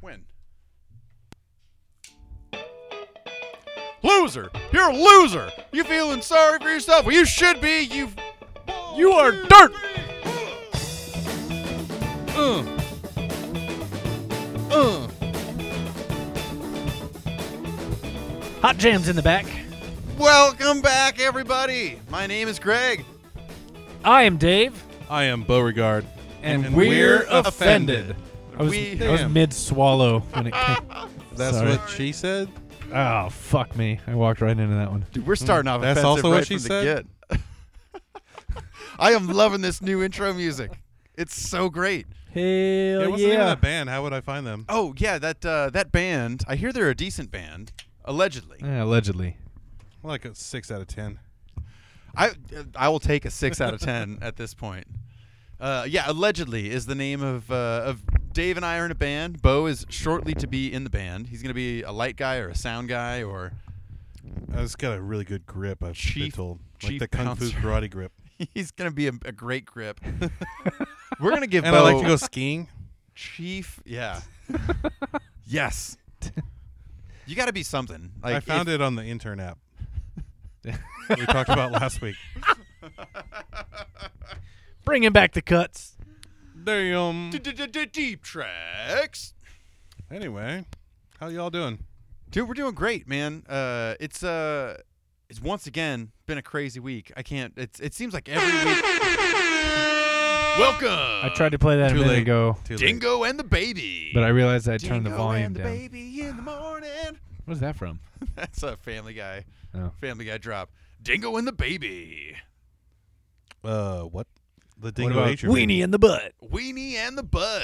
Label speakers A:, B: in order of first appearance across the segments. A: When? Loser! You're a loser! You feeling sorry for yourself? Well, you should be. You, you are dirt. Uh. Uh.
B: Hot jams in the back.
A: Welcome back, everybody. My name is Greg.
B: I am Dave,
C: I am Beauregard.
B: and,
A: we're offended.
B: I was,
A: We-
B: I was
A: Damn.
B: mid swallow when it came.
C: That's
B: Sorry.
C: what she said.
B: Oh fuck me! I walked right into that one.
A: Dude, we're starting off.
C: Hmm. That's
A: offensive
C: also what
A: right
C: she
A: from the get. I am loving this new intro music. It's so great.
B: Hell
C: yeah,
B: Uh, yeah!
C: what's the name of that band? How would I find them?
A: Oh yeah, that uh, that band. I hear they're a decent band, allegedly.
B: Yeah, allegedly.
C: Like a six out of ten.
A: I I will take a six out of ten at this point. Uh, yeah, allegedly is the name of uh, of Dave and I are in a band. Bo is shortly to be in the band. He's gonna be a light guy or a sound guy or
C: I just got a really good grip. I've been
A: Chief-
C: told,
A: chief
C: like the kung fu
A: bouncer.
C: karate grip.
A: he's gonna be a, a great grip. We're gonna give
C: And
A: Bo
C: I like to go skiing.
A: chief. Yeah. yes. You got to be something. Like
C: I found it on the intern app. we talked about last week.
B: Bringing back the cuts.
C: Damn.
A: it. Deep tracks.
C: Anyway, how y'all doing?
A: Dude, we're doing great, man. Uh, it's uh, it's once again been a crazy week. I can't. It's it seems like every week. Welcome.
B: I tried to play that a
C: Too
B: minute
C: late.
B: ago,
C: Too late.
A: Dingo and the baby.
B: but I realized I turned the
A: Dingo
B: volume
A: and the
B: down.
A: baby in the morning.
B: Where's that from?
A: That's a Family Guy.
B: Oh.
A: Family Guy drop. Dingo and the baby.
C: Uh, what? The
B: What
C: dingo
B: about
C: ate your baby.
B: in the butt.
A: Weenie and the butt.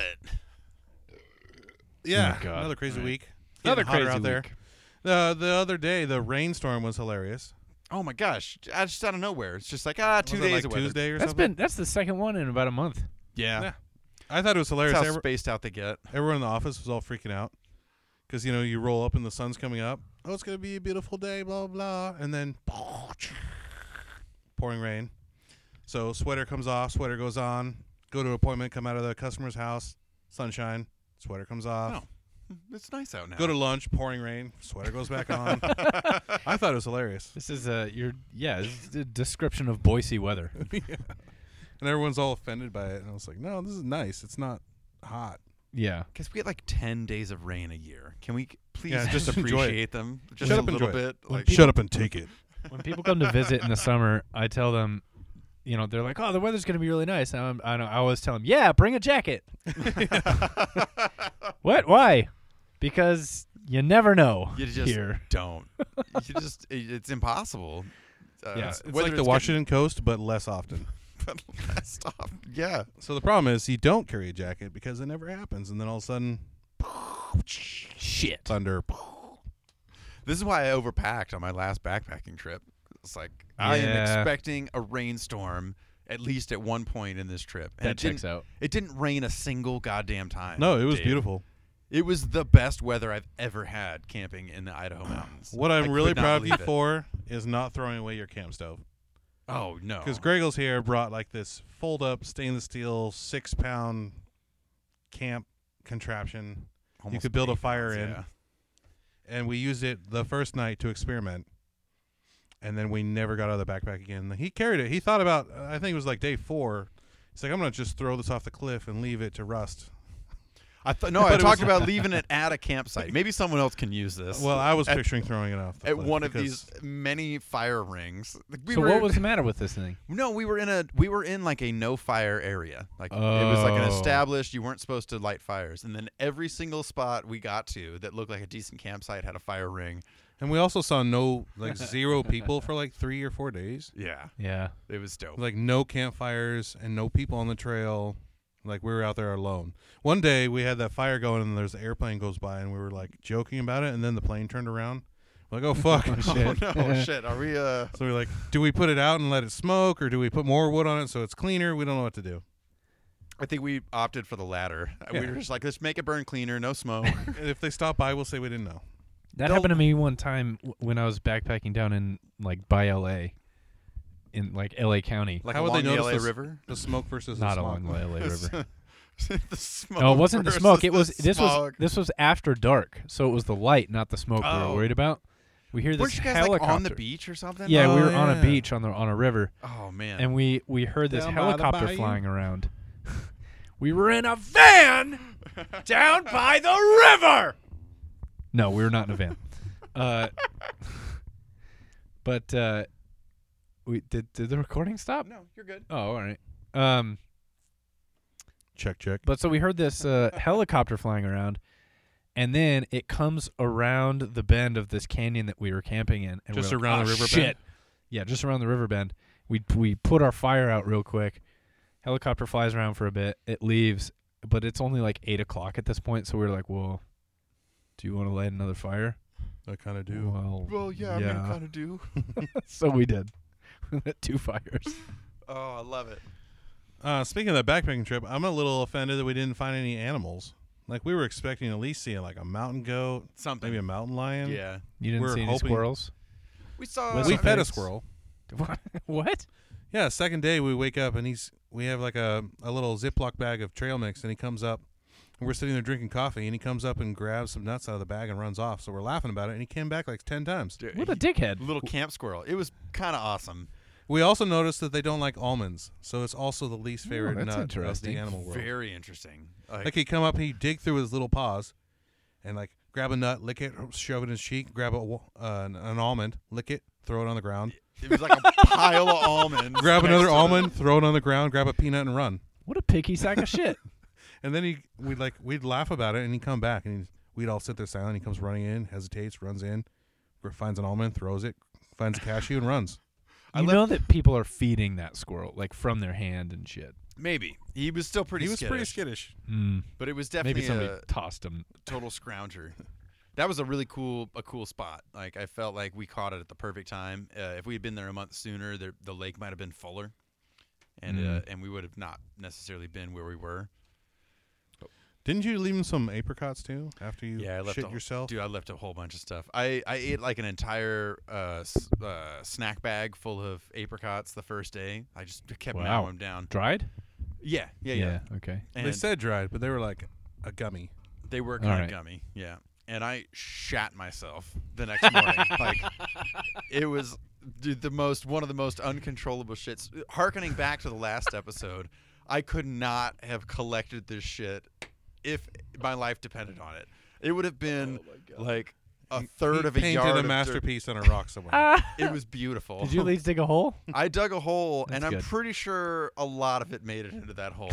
C: Yeah,
B: Oh, God.
C: another crazy
B: All right.
C: week.
B: Another
C: Getting hotter
B: crazy
C: out there.
B: week.
C: The the other day, the rainstorm was hilarious.
A: Oh my gosh! I just out of nowhere. It's just like ah, two
C: Was it,
A: days
C: like
A: of weather.
C: Tuesday or
B: That's been
C: something.
B: that's the second one in about a month.
A: Yeah.
C: Yeah. I thought it was hilarious.
A: That's how
C: Every-
A: spaced out they get.
C: Everyone in the office was all freaking out because you know you roll up and the sun's coming up. Oh, it's gonna be a beautiful day, blah blah, and then pouring rain. So sweater comes off, sweater goes on. Go to appointment, come out of the customer's house, sunshine, sweater comes off.
A: It's nice out now.
C: Go to lunch, pouring rain, sweater goes back on. I thought it was hilarious,
B: This is uh your yeah this is a description of Boise weather.
C: and everyone's all offended by it. And I was like, no, this is nice. It's not hot.
B: yeah,
A: Because we get like ten days of rain a year. Can we please
C: Yeah,
A: just
C: just enjoy it.
A: appreciate them just
C: Shut
A: a
C: up,
A: little
C: enjoy
A: bit? Like,
C: Shut up and take it.
B: when people come to visit in the summer, I tell them, you know, they're like, "Oh, the weather's going to be really nice." And I'm, I, know, I always tell them, "Yeah, bring a jacket." what? Why? Because you never know
A: you just
B: here.
A: don't. You just it- it's impossible. Uh,
B: Yeah, it's
C: It's
A: whether
C: like the
A: it's
C: Washington coast, but less often.
A: getting- Stop. Yeah.
C: So the problem is you don't carry a jacket because it never happens, and then all of a sudden,
B: Shit.
C: thunder.
A: This is why I overpacked on my last backpacking trip. It's like I am
B: Yeah.
A: expecting a rainstorm at least at one point in this trip. And
B: That
A: it didn't,
B: checks out.
A: It didn't rain a single goddamn time.
C: No, it was
A: Dave.
C: beautiful.
A: It was the best weather I've ever had camping in the Idaho mountains.
C: What
A: I
C: I'm
A: could
C: really
A: not
C: proud of you
A: believe it.
C: for is not throwing away your camp stove
A: Oh no,
C: because Gregel's here brought like this fold up stainless steel six pound camp contraption,
A: Almost
C: could build a
A: eight
C: fire in.
A: yeah.
C: and we used it the first night to experiment. And then we never got out of the backpack again. He carried it. He thought about. I think it was like day four. He's like, I'm gonna just throw this off the cliff and leave it to rust.
A: I thought no,
C: But
A: I
C: it
A: talked
C: was-
A: about leaving it at a campsite. Maybe someone else can use this.
C: Well, I was
A: at,
C: picturing throwing it off the
A: at
C: cliff
A: one of
C: because-
A: these many fire rings. Like, we
B: so
A: were,
B: what was the matter with this thing?
A: No, we were in a we were in like a no fire area. Like it was like an
B: Oh.
A: established. You weren't supposed to light fires, and then every single spot we got to that looked like a decent campsite had a fire ring.
C: And we also saw no like zero people for like three or four days.
A: Yeah,
B: Yeah.
A: it was dope.
C: Like no campfires and no people on the trail. Like we were out there alone. One day we had that fire going and there's an airplane goes by and we were like joking about it and then the plane turned around. We're like, oh fuck.
A: oh no, shit. Are we uh?
C: so we're like, do we put it out and let it smoke or do we put more wood on it so it's cleaner? We don't know what to do.
A: I think we opted for the latter. We
C: Yeah.
A: were just like, let's make it burn cleaner, no smoke.
C: And if they stop by, we'll say we didn't know.
B: That
A: Don't-
B: happened to me one time w- when I was backpacking down in like by LA, in like LA County,
A: like
C: How would
A: along
C: they
A: the
C: notice
A: LA
C: this-
A: River.
C: The smoke versus
B: not
C: the
B: along
C: smog.
B: the LA River.
A: the smoke.
B: No, it wasn't the
A: versus
B: smoke. It was
A: the
B: this was
A: smog.
B: this was after dark, so it was the light, not the smoke we
A: Oh.
B: were worried about. We hear this
A: Weren't you guys
B: helicopter.
A: like on the beach or something?
B: Yeah, we
C: Oh,
B: were on a
C: yeah.
B: beach on the on a river,
A: Oh man.
B: and we we heard this
C: Down by the
B: helicopter
C: bayou.
B: flying around. we were in a van down by the river. No, we were not in a van. Uh, but uh, we did. Did the recording stop?
A: no, you're good.
B: Oh, all right. Um,
C: Check, check.
B: But so we heard this uh, helicopter flying around, and then it comes around the bend of this canyon that we were camping in. And
C: Just
B: we're like,
C: around
B: "Ah,
C: the river
B: shit.
C: bend?
B: Yeah, just around the river bend. We we put our fire out real quick. Helicopter flies around for a bit. It leaves, but it's only like eight o'clock at this point. So we were like, "Well, do you want to light another fire?"
C: I kind of do.
B: Well,
A: Well, yeah, I mean, I kind of do.
B: so we did. We lit Two fires.
A: Oh, I love it.
C: Uh, speaking of that backpacking trip, I'm a little offended that we didn't find any animals. Like we were expecting at least seeing like a mountain goat,
A: Something.
C: maybe a mountain lion.
A: yeah.
B: You didn't
C: We're
B: see any
C: hoping-
B: squirrels.
A: We saw.
C: we
B: Wild
C: fed a
B: pigs.
C: squirrel.
B: what?
C: Yeah, second day we wake up and he's we have like a, a little Ziploc bag of trail mix and he comes up and we're sitting there drinking coffee and he comes up and grabs some nuts out of the bag and runs off. So we're laughing about it and he came back like ten times.
A: Dude,
B: What a dickhead!
A: little camp squirrel. It was kind of awesome.
C: We also noticed that they don't like almonds, so it's also the least
B: Oh,
C: favorite
B: that's
C: nut of
B: interesting.
C: the animal world.
A: Very interesting. Like,
C: Like he'd come up, he'd dig through his little paws, and like grab a nut, lick it, shove it in his cheek, grab a, wa- uh, an, an almond, lick it, throw it on the ground,
A: it was like a pile of almonds.
C: grab
A: next
C: another
A: to the-
C: almond, throw it on the ground, grab a peanut, and run.
B: What a picky sack of shit!
C: And then he we'd like we'd laugh about it, and he'd come back, and he'd, we'd all sit there silent. He comes running in, hesitates, runs in, gr- finds an almond, throws it, finds a cashew, and runs.
A: I
B: You
A: left-
B: know that people are feeding that squirrel like from their hand and shit.
A: Maybe he was still pretty.
C: he was pretty
A: skittish,
C: skittish.
B: Mm.
A: but it was
B: Maybe
A: definitely uh,
B: somebody
A: a
B: tossed him.
A: total scrounger. That was a really cool, a cool spot. Like I felt like we caught it at the perfect time. Uh, if we had been there a month sooner, there, the lake might have been fuller, and uh,
B: Mm.
A: and we would have not necessarily been where we were.
C: Didn't you leave him some apricots too after you
A: Yeah, I left
C: shit
A: a-
C: yourself?
A: Dude, I left a whole bunch of stuff. I, I ate like an entire uh, s- uh, snack bag full of apricots the first day. I just kept
B: Wow.
A: mowing them down.
B: Dried?
A: Yeah, yeah, yeah.
B: Okay.
A: And
C: they said dried, but they were like a gummy.
A: They were
B: All
A: kind
B: right.
A: of gummy, yeah. And I shat myself the next morning. like it was dude, the most one of the most uncontrollable shits. Harkening back to the last episode, I could not have collected this shit if my life depended on it. It would have been like a third
C: He
A: of a
C: painted
A: yard.
C: a
A: of dirt.
C: masterpiece on a rock somewhere.
A: It was beautiful.
B: Did you at least dig a hole?
A: I dug a hole,
B: That's
A: and I'm
B: good.
A: pretty sure a lot of it made it into that hole.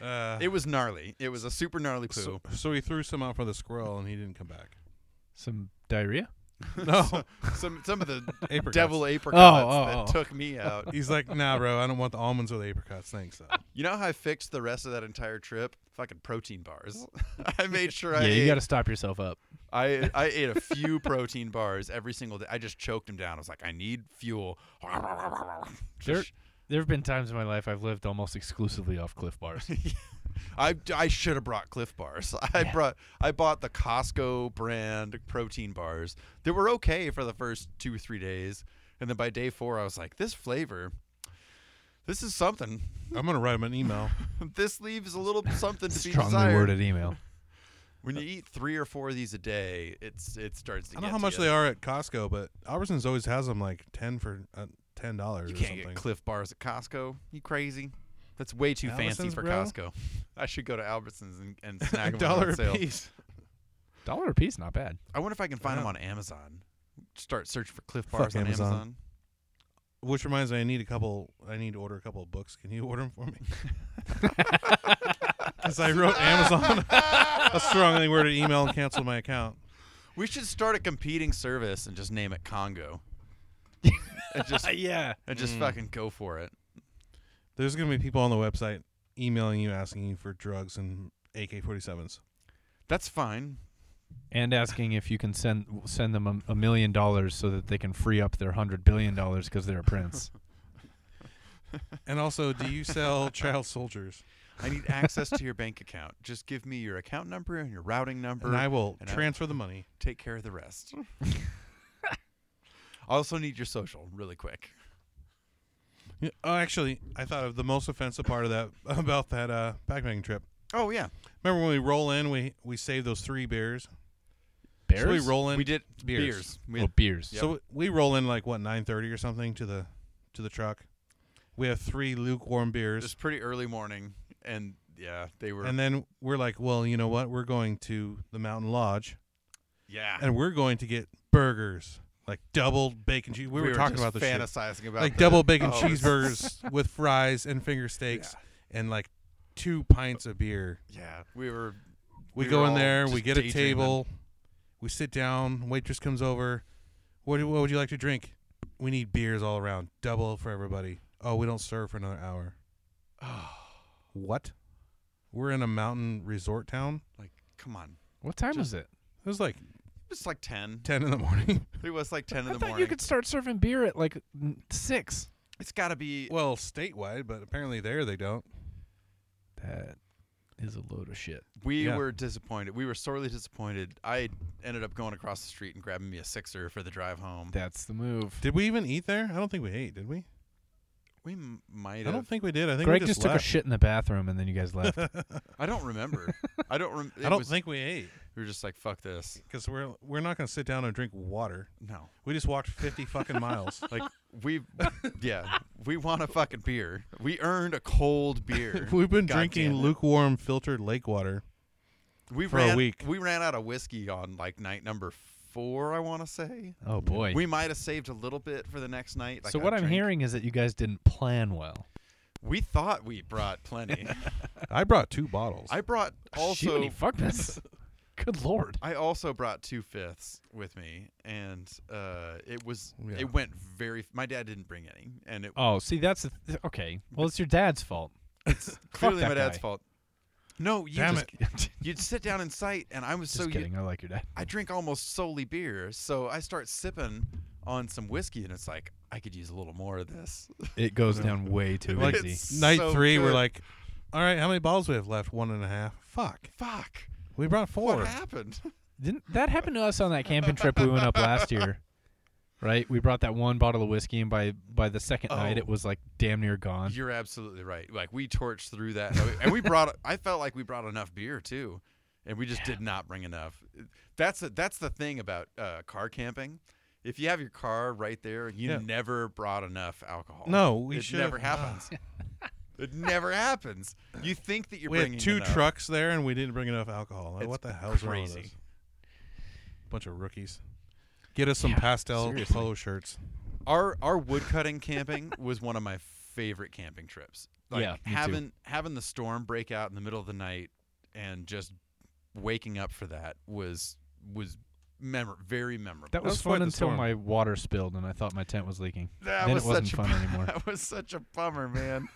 C: Uh,
A: it was gnarly. It was a super gnarly poo.
C: so, so he threw some out for the squirrel, and he didn't come back.
B: Some diarrhea?
C: No,
A: some some of the
C: Apricots.
A: devil apricots
B: Oh, oh,
A: that
B: oh.
A: took me out.
C: He's like, nah, bro, I don't want the almonds or the apricots. Thanks. uh, Though.
A: You know how I fixed the rest of that entire trip? Fucking protein bars. I made sure I
B: Yeah, you
A: ate,
B: got to stop yourself up.
A: I I ate a few protein bars every single day. I just choked them down. I was like, I need fuel.
B: There, there have been times in my life I've lived almost exclusively off Cliff Bars.
A: I, I should have brought Cliff Bars. I
B: Yeah.
A: brought I bought the Costco brand protein bars. They were okay for the first two or three days, and then by day four, I was like, this flavor, this is something.
C: I'm gonna write him an email.
A: this leaves a little something to be
B: Strongly
A: desired.
B: worded email.
A: When you eat three or four of these a day, it's it starts to.
C: I don't know how much they are at Costco, but Albertsons always has them like ten for uh, ten dollars.
A: You
C: or
A: can't
C: something.
A: get Cliff bars at Costco. You crazy? That's way too fancy
C: Albertsons,
A: for
C: bro?
A: Costco. I should go to Albertsons and, and snag
C: a
A: 'em
C: dollar
A: on
C: a
A: sale.
C: piece.
B: Dollar a piece, not bad.
A: I wonder if I can find
C: Yeah.
A: them on Amazon. Start searching for Cliff bars on
C: Amazon.
A: Amazon.
C: Which reminds me, I need a couple. I need to order a couple of books. Can you order them for me? Because I wrote Amazon a strongly worded email and canceled my account.
A: We should start a competing service and just name it Congo. and just
B: yeah.
A: and
C: Mm.
A: just fucking go for it.
C: There's gonna be people on the website emailing you asking you for drugs and AK-47s.
A: That's fine.
B: And asking if you can send send them a, a million dollars so that they can free up their hundred billion dollars because they're a prince.
C: And also, do you sell child soldiers?
A: I need access to your bank account. Just give me your account number and your routing number.
C: And I will
A: And I-
C: transfer the money.
A: take care of the rest. I also need your social really quick.
C: Yeah, Oh, actually, I thought of the most offensive part of that about that uh, backpacking trip.
A: Oh yeah,
C: Remember when we roll in, we we save those three beers.
B: Bears?
C: So we roll in.
A: we did beers.
C: Beers.
A: We
B: oh,
A: had-
B: beers.
A: Yep.
C: So we roll in like what nine thirty or something to the to the truck. We have three lukewarm
A: it
C: beers,
A: was pretty early morning, and yeah, they were.
C: and then we're like, well, you know what? We're going to the Mountain Lodge,
A: yeah,
C: and we're going to get burgers, like double bacon cheese. We, were, talking
A: just
C: about this shit.
A: fantasizing about
C: like
A: the-
C: double bacon
A: oh,
C: cheeseburgers with fries and finger steaks, and like two pints of beer.
A: Yeah, we were.
C: We,
A: We
C: go
A: were
C: in
A: all
C: there, we
A: just
C: get a
A: daydreaming.
C: table, we sit down, waitress comes over. What, do, what would you like to drink? We need beers all around, double for everybody. Oh, we don't serve for another hour. What? We're in a mountain resort town.
A: Like, come on.
B: What time
A: Just-
B: is it?
C: It was like
A: It was like ten.
C: 10 in the morning.
A: It was like ten in
B: I
A: the
B: thought
A: morning.
B: you could start serving beer at like n- six.
A: It's got to be.
C: well, statewide, but apparently there they don't.
B: That is a load of shit.
A: We
C: yeah.
A: were disappointed. We were sorely disappointed. I ended up going across the street and grabbing me a sixer for the drive home.
B: That's the move.
C: Did we even eat there? I don't think we ate, did we?
A: We m- might
C: I
A: have.
C: don't think we did. I think
B: Greg
C: we
B: just,
C: just,
B: took a
C: left.
B: shit in the bathroom and then you guys left.
A: I don't remember. I don't. Rem- it
C: I don't
A: was-
C: think we ate
A: we were just like fuck this.
C: because we're we're not going to sit down and drink water.
A: No,
C: We just walked 50 fucking miles.
A: like we, yeah, we want a fucking beer. We earned a cold beer.
C: We've been
A: God
C: drinking
A: damn it.
C: lukewarm filtered lake water.
A: we
C: for a
A: ran,
C: week.
A: We ran out of whiskey on like night number four. I want to say
B: oh boy.
A: we might have saved a little bit for the next night. Like
B: so
A: a
B: what I'm
A: drink.
B: hearing is that you guys didn't plan well.
A: we thought we brought plenty.
C: I brought two bottles.
A: I brought also.
B: Shitty fuck this. Good lord.
A: I also brought two fifths with me, and uh, it was
C: Yeah.
A: it went very. My dad didn't bring any, and it
B: Oh, see, that's the th- okay. Well, it's your dad's fault.
A: it's clearly
B: that
A: my dad's
B: guy.
A: fault. No, you
C: Damn
A: just,
C: it.
A: you'd sit down in sight, and I was
B: Just
A: so u-
B: kidding. I like your dad.
A: I drink almost solely beer, so I start sipping on some whiskey, and it's like I could use a little more of this.
B: It goes down way too
C: Like,
B: easy.
A: It's
C: Night
A: so
C: three, we're
A: good.
C: like, all right, how many bottles we have left? One and a half. Fuck.
A: fuck.
C: We brought four.
A: What happened?
B: Didn't that happen to us on that camping trip we went up last year? Right, we brought that one bottle of whiskey, and by by the second night,
A: Oh.
B: it was like damn near gone.
A: You're absolutely right. Like we torched through that, and we- and we brought. I felt like we brought enough beer too, and we just did not bring enough. That's the that's the thing about uh, car camping. If you have your car right there, you
C: Yeah.
A: never brought enough alcohol.
C: No, we
A: it
C: should.
A: never happens. it never happens. You think that you're
C: We
A: bringing
C: had two
A: enough.
C: trucks there, and we didn't bring enough alcohol. Like,
A: It's
C: what the hell's wrong
A: crazy.
C: with us? Bunch of rookies. Get us some pastel
B: seriously.
C: polo shirts.
A: our our woodcutting camping was one of my favorite camping trips. Like
B: Yeah, me too.
A: having having the storm break out in the middle of the night and just waking up for that was was memor- very memorable.
B: That
C: That
B: was
C: was quite
B: fun
C: the
B: until
C: storm.
B: my water spilled and I thought my tent was leaking.
A: That
B: then
A: was
B: it wasn't
A: such a
B: fun
A: bu-
B: anymore.
A: That was such a bummer, man.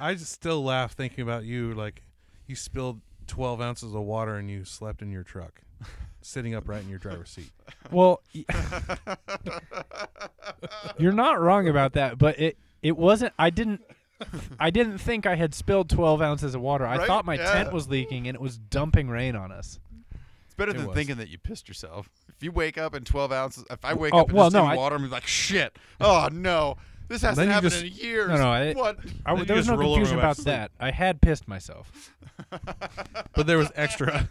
C: I just still laugh thinking about you. Like, you spilled 12 ounces of water and you slept in your truck, sitting upright in your driver's seat.
B: Well, y- you're not wrong about that, but it it wasn't. I didn't. I didn't think I had spilled 12 ounces of water. I
A: Right?
B: thought my
A: Yeah.
B: tent was leaking and it was dumping rain on us.
A: It's better
C: It
A: than
C: was.
A: thinking that you pissed yourself. If you wake up in 12 ounces, if I wake
B: Oh,
A: up and
B: well,
A: just
B: no,
A: in
B: I-
A: water, I'm like, shit. Oh no, this hasn't
C: Then you
A: happened
C: just-
A: in years.
B: No, no, I-
A: what?
B: I,
C: Then you
B: there was
C: just
B: no
C: roll over and
B: confusion
C: go back
B: about
C: to sleep.
B: that. I had pissed myself.
C: But there was extra.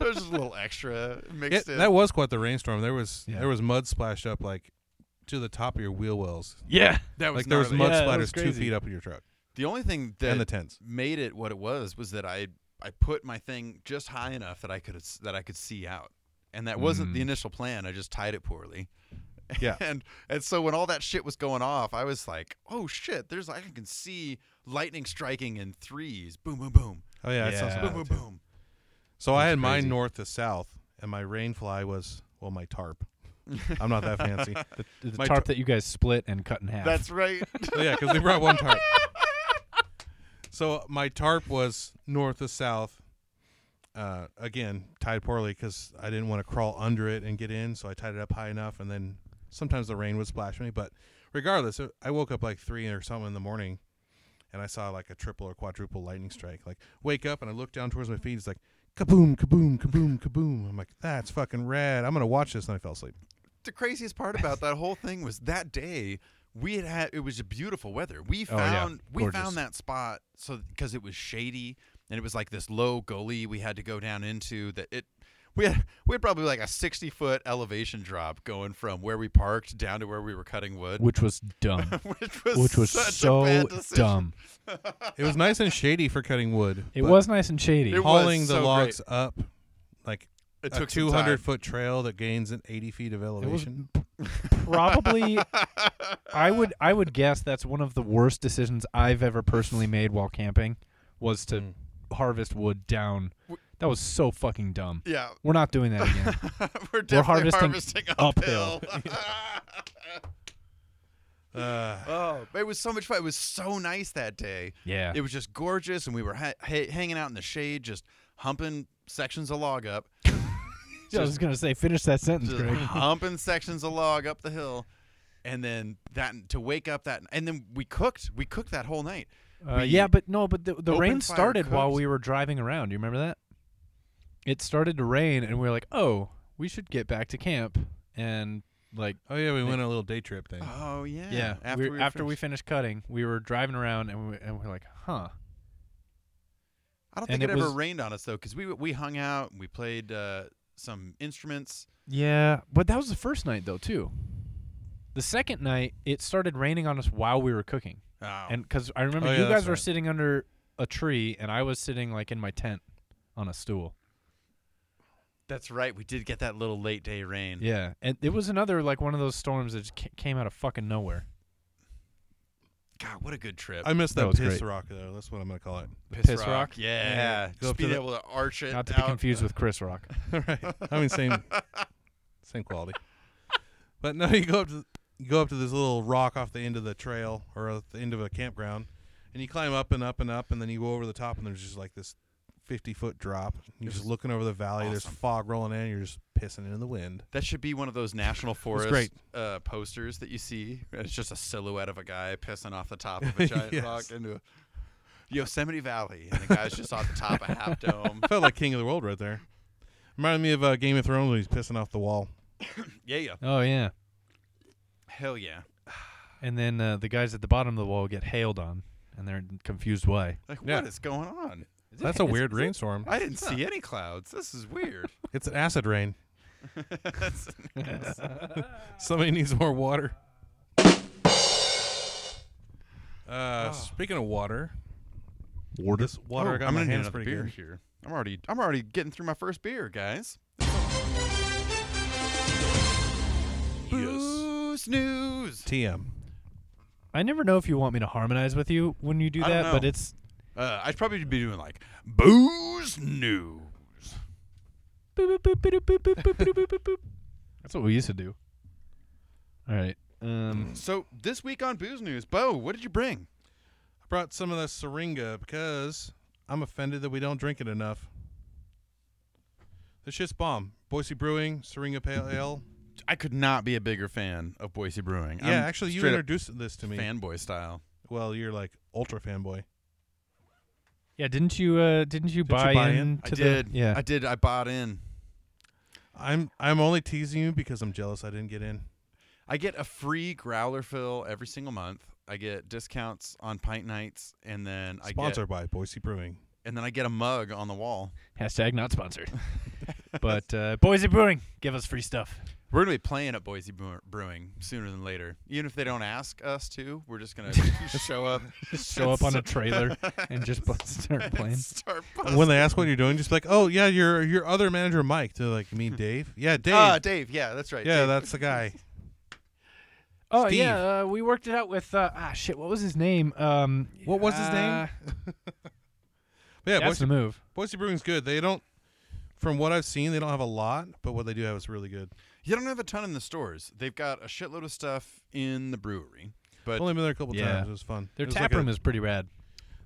A: There's just a little extra
C: It,
A: mixed in.
C: that was quite the rainstorm. There was
B: Yeah.
C: there was mud splashed up like to the top of your wheel wells.
B: Yeah.
A: That
C: Like there was
A: gnarly.
C: mud
B: Yeah, that was
C: splatters two
B: crazy.
C: feet up in your truck
A: The only thing that
C: and the tents.
A: made it what it was was that I I put my thing just high enough that I could that I could see out, and that wasn't the
B: Mm.
A: initial plan. I just tied it poorly.
C: Yeah.
A: and and so when all that shit was going off, I was like, "Oh shit! There's I can see lightning striking in threes. Boom, boom, boom,
C: Oh yeah, that sounds
B: Yeah.
A: boom,
C: about
A: boom,
C: right, too.
A: boom.
C: So I
B: That's
C: had mine
B: crazy.
C: north to south, and my rain fly was well my tarp. I'm not that fancy.
B: The, the
C: My
B: tarp
C: tar-
B: that you guys split and cut in half.
A: That's right.
C: Oh, yeah, because we brought one tarp. So my tarp was north to south. Uh, again, tied poorly because I didn't want to crawl under it and get in, so I tied it up high enough. And then sometimes the rain would splash me, but regardless, it- I woke up like three or something in the morning, and I saw like a triple or quadruple lightning strike. Like wake up and I look down towards my feet. It's like kaboom, kaboom, kaboom, kaboom. I'm like, that's fucking rad. I'm gonna watch this, and I fell asleep.
A: the craziest part about that whole thing was that day we had had it was beautiful weather. We
B: Oh, yeah.
A: found we
B: Gorgeous.
A: found that spot so because it was shady and it was like this low gully we had to go down into that it. We had, we had probably like a 60 foot elevation drop going from where we parked down to where we were cutting wood,
B: which was dumb.
A: which was,
B: which was
A: such a
B: so
A: bad decision.
B: dumb.
C: It was nice and shady for cutting wood.
B: It
C: but
B: was nice and shady.
A: It was
C: hauling the
A: so
C: logs up, like
A: It
C: a
A: took some
C: two
A: time.
C: hundred foot trail that gains an eighty feet of elevation.
B: Probably, I would I would guess that's one of the worst decisions I've ever personally made while camping was to
C: Mm.
B: harvest wood down. That was so fucking dumb.
A: Hmm. Yeah,
B: We're not doing that again.
A: we're definitely
B: harvesting
A: harvesting,
B: uphill.
C: Uh,
A: oh, it was so much fun. It was so nice that day.
B: yeah.
A: It was just gorgeous, and we were ha- ha- hanging out in the shade, just humping sections of log up,
B: I was gonna say, finish that sentence,
A: just
B: Greg.
A: humping sections of log up the hill, and then that to wake up that, and then we cooked. We cooked that whole night.
B: Uh,
A: we
B: yeah, but no, but the, the
A: open
B: rain
A: fire
B: started while
A: cooked.
B: we were driving around. Do you remember that? It started to rain, and we were like, "Oh, we should get back to camp." And like,
C: oh yeah, we went on a little day trip thing.
A: Oh yeah,
B: yeah, after, we,
A: were
B: after we
A: finished.
B: finished cutting, we were driving around, and we and we are like, "Huh."
A: I don't
B: and
A: think it,
B: it
A: ever
B: was-
A: rained on us though, because we we hung out, and we played uh, some instruments.
B: Yeah, but that was the first night though too. The second night, it started raining on us while we were cooking,
A: Oh.
B: and because I remember
C: Oh,
B: you
C: yeah,
B: guys
C: that's
B: were
C: right.
B: sitting under a tree, and I was sitting like in my tent on a stool.
A: That's right. We did get that little late day rain.
B: Yeah, and it was another like one of those storms that just ca- came out of fucking nowhere.
A: God, what a good trip.
C: I missed
B: That
C: that,
B: was
C: piss
B: great.
C: rock though. That's what I'm gonna call it.
A: Piss,
B: Piss
A: rock.
B: Rock?
A: Yeah.
C: Yeah. Go
A: Just
C: up to
A: being
C: the-
A: able to arch it.
B: Not to be
A: out.
B: confused with Chris Rock.
C: right. I mean, same, same quality. But no, you go up to you go up to this little rock off the end of the trail or at the end of a campground, and you climb up and up and up, and then you go over the top, and there's just like this fifty foot drop. You're just looking over the valley. There's
A: awesome.
C: fog rolling in. You're just pissing in the wind.
A: That should be one of those national forest
C: great.
A: Uh, posters that you see. It's just a silhouette of a guy pissing off the top of a giant
C: Yes.
A: rock into a Yosemite Valley, and the guy's just off the top of Half Dome.
C: Felt like king of the world right there. Reminded me of uh, Game of Thrones when he's pissing off the wall.
A: Yeah, yeah,
B: Oh yeah,
A: hell yeah.
B: and then uh, the guys at the bottom of the wall get hailed on, and they're confused why.
A: Like,
C: Yeah.
A: what is going on?
C: That's a weird rainstorm.
A: I didn't see any clouds. This is weird.
C: It's an acid rain.
A: That's-
C: Somebody needs more water. Uh, Speaking of water,
B: Water.
C: this oh, water I got
A: Oh, I'm
C: my
A: gonna need
C: hands
A: another
C: pretty
A: beer
C: good.
A: here. I'm already, I'm already getting through my first beer, guys.
C: Yes.
A: Booze news.
C: TM.
B: I never know if you want me to harmonize with you when you do
A: I don't
B: that, but
A: know.
B: it's
A: Uh, I'd probably be doing like booze news.
B: boop, boop, boop, boop, boop, boop, boop, boop, boop, boop, boop. that's what we used to do. All right. Um,
A: So this week on booze news, Bo, what did you bring?
C: I brought some of the syringa because I'm offended that we don't drink it enough. This shit's bomb. Boise Brewing, Syringa Pale Ale.
A: I could not be a bigger fan of Boise Brewing.
C: Yeah,
A: I'm
C: actually, you
A: straight up
C: introduced this to me.
A: fanboy style.
C: Well, you're like ultra fanboy.
B: yeah, didn't you? Uh, didn't you
C: Did you
B: buy,
C: buy in?
B: in?
A: I
B: to the-
A: did.
B: yeah.
A: I did. I bought in.
C: I'm I'm only teasing you because I'm jealous I didn't get in.
A: I get a free growler fill every single month. I get discounts on pint nights, and then I
C: Sponsored
A: get
C: by Boise Brewing.
A: and then I get a mug on the wall.
B: Hashtag not sponsored. but uh, Boise Brewing, give us free stuff.
A: We're gonna be playing at Boise Brew- Brewing sooner than later. Even if they don't ask us to, we're just gonna show up,
B: Just show up on a trailer and just bu- start playing.
A: start
C: when they ask what you're doing, just be like, oh yeah, your your other manager Mike. They're like, you mean Dave? Yeah, Dave.
A: Ah, Dave. Yeah, that's right.
C: yeah,
A: Dave.
C: that's the guy.
B: Oh
C: Steve.
B: yeah, uh, we worked it out with uh, ah shit. What was his name? Um,
C: What was his name?
B: uh,
C: But yeah,
B: that's the
C: Boise,
B: move.
C: Boise Brewing's good. They don't, from what I've seen, they don't have a lot, but what they do have is really good.
A: You don't have a ton in the stores. They've got a shitload of stuff in the brewery. But
C: Only been there a couple
B: Yeah.
C: times. It was fun.
B: Their
C: It was
B: tap
C: like a-
B: room is pretty rad.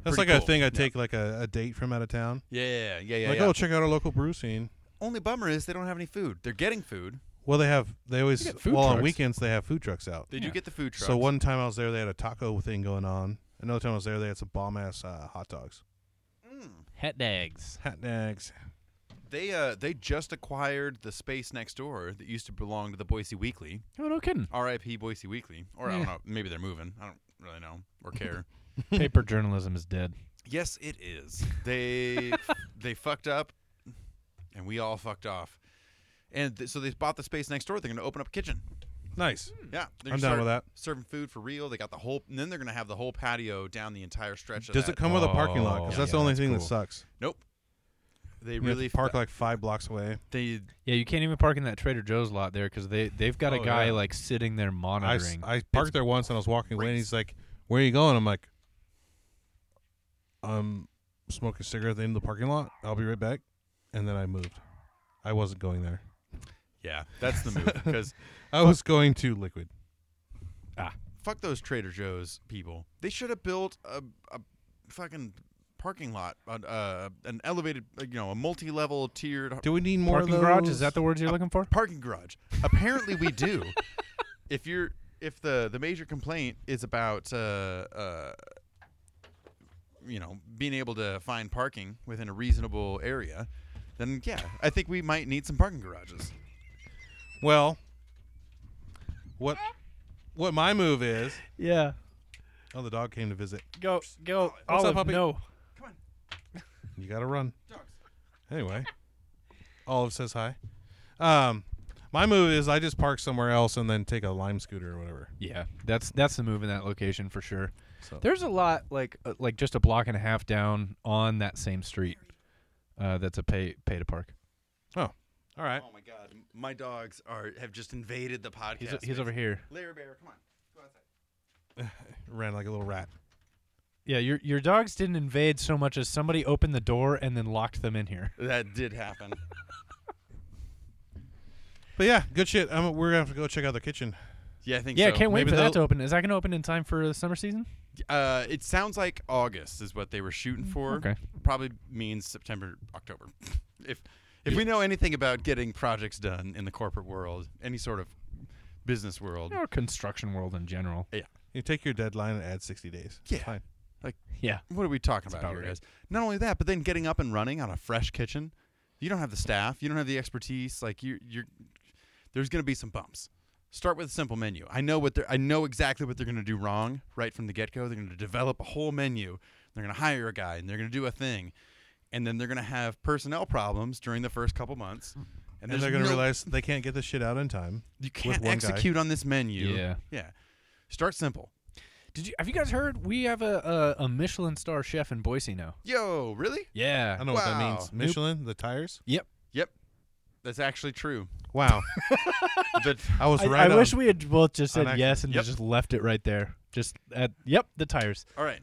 C: That's like
A: pretty
C: a
A: cool.
C: thing I
A: Yeah.
C: take like a, a date from out of town.
A: yeah, yeah, yeah, yeah.
C: like,
A: yeah.
C: oh, check out our local brew scene.
A: Only bummer is they don't have any food. They're getting food.
C: Well, they have. They always.
B: get food
C: well, on
B: trucks.
C: weekends they have food trucks out.
A: They
B: Yeah.
A: do get the food trucks.
C: So one time I was there, they had a taco thing going on. Another time I was there, they had some bomb ass uh, hot dogs,
A: Mm.
B: Hat dags.
C: hot dogs.
A: They uh they just acquired the space next door that used to belong to the Boise Weekly.
B: Oh, no kidding.
A: R.I.P. Boise Weekly. Or I
B: Yeah.
A: don't know. Maybe they're moving. I don't really know or care.
B: Paper journalism is dead.
A: yes, it is. They they fucked up, and we all fucked off. And th- so they bought the space next door. They're going to open up a kitchen.
C: Nice.
A: Yeah, they're
C: Hmm. I'm
A: gonna
C: down
A: start
C: with that.
A: Serving food for real. They got the whole, and then they're going to have the whole patio down the entire stretch. Of
C: Does
A: that.
C: it come with a parking lot?
B: Oh,
C: Because that's
B: yeah,
C: the only
B: that's
C: thing that
B: cool.
C: sucks.
A: Nope. They
C: You
A: really
C: have to park
A: fu-
C: like five blocks away.
A: They
B: Yeah, you can't even park in that Trader Joe's lot there because they they've got a
C: Oh,
B: guy
C: yeah.
B: like sitting there
C: I, s-
B: monitoring.
C: I parked there once and I was walking away and
A: Race.
C: he's like, "Where are you going?" I'm like, "I'm smoking a cigarette at the end of the parking lot. I'll be right back." And then I moved. I wasn't going there.
A: yeah, that's the move because
C: I was going to Liquid.
A: fuck those Trader Joe's people. They should have built a, a fucking parking lot, uh, uh, an elevated, uh, you know, a multi-level tiered
C: Do we need more
B: Parking
C: of those?
B: garage is that the word you're looking for?
A: parking garage. Apparently, we do. If you're, if the the major complaint is about, uh, uh, you know, being able to find parking within a reasonable area, then yeah, I think we might need some parking garages.
C: well? What what my move is?
B: Yeah.
C: Oh, the dog came to visit.
B: Go go. What's
C: Olive, puppy?
B: No.
C: You gotta run. Anyway, Olive says hi. Um, my move is I just park somewhere else and then take a lime scooter or whatever.
B: Yeah, that's that's the move in that location for sure.
C: So
B: There's a lot like uh, like just a block and a half down on that same street. Uh, that's a pay pay to park.
C: all right.
A: Oh my god, my dogs are have just invaded the podcast.
B: He's he's over here.
A: Larry Bear, come on, go outside.
C: Ran like a little rat.
B: Yeah, your your dogs didn't invade so much as somebody opened the door and then locked them in here.
A: That did happen.
C: But yeah, good shit. i we're gonna have to go check out the kitchen.
A: yeah, I think.
B: Yeah,
A: so.
B: can't wait
C: Maybe
B: for that to
C: they'll-
B: open. Is that going to open in time for the summer season?
A: Uh, it sounds like August is what they were shooting for.
B: Okay.
A: Probably means September, October. if if we know anything about getting projects done in the corporate world, any sort of business world,
B: Or construction world in general.
C: You take your deadline and add sixty days.
A: Yeah.
C: Fine.
B: Yeah.
A: what are we talking
B: That's
A: about,
B: about
A: here,
B: right.
A: guys? Not only that, but then getting up and running on a fresh kitchen. You don't have the staff. You don't have the expertise. Like you, you're there's going to be some bumps. Start with a simple menu. I know what they're. I know exactly what they're going to do wrong right from the get go. They're going to develop a whole menu. They're going to hire a guy and they're going to do a thing, and then they're going to have personnel problems during the first couple months.
C: And,
A: there's
C: they're gonna
A: no-
C: realize they can't get this shit out in time.
A: you can't
C: one guy.
A: execute on this menu.
B: Yeah.
A: yeah. Start simple.
B: Did you have you guys heard we have a, a, a Michelin star chef in Boise now?
A: Yo, really?
C: I
B: Yeah.
C: know what that
A: Wow.
C: means. Michelin, the tires.
A: That's actually true.
C: Wow.
A: The-
C: I was
B: I,
C: right.
B: I
C: on.
B: wish we had both just
C: on
B: said yes and
A: Yep.
B: just left it right there. Just at yep, the tires.
A: All right,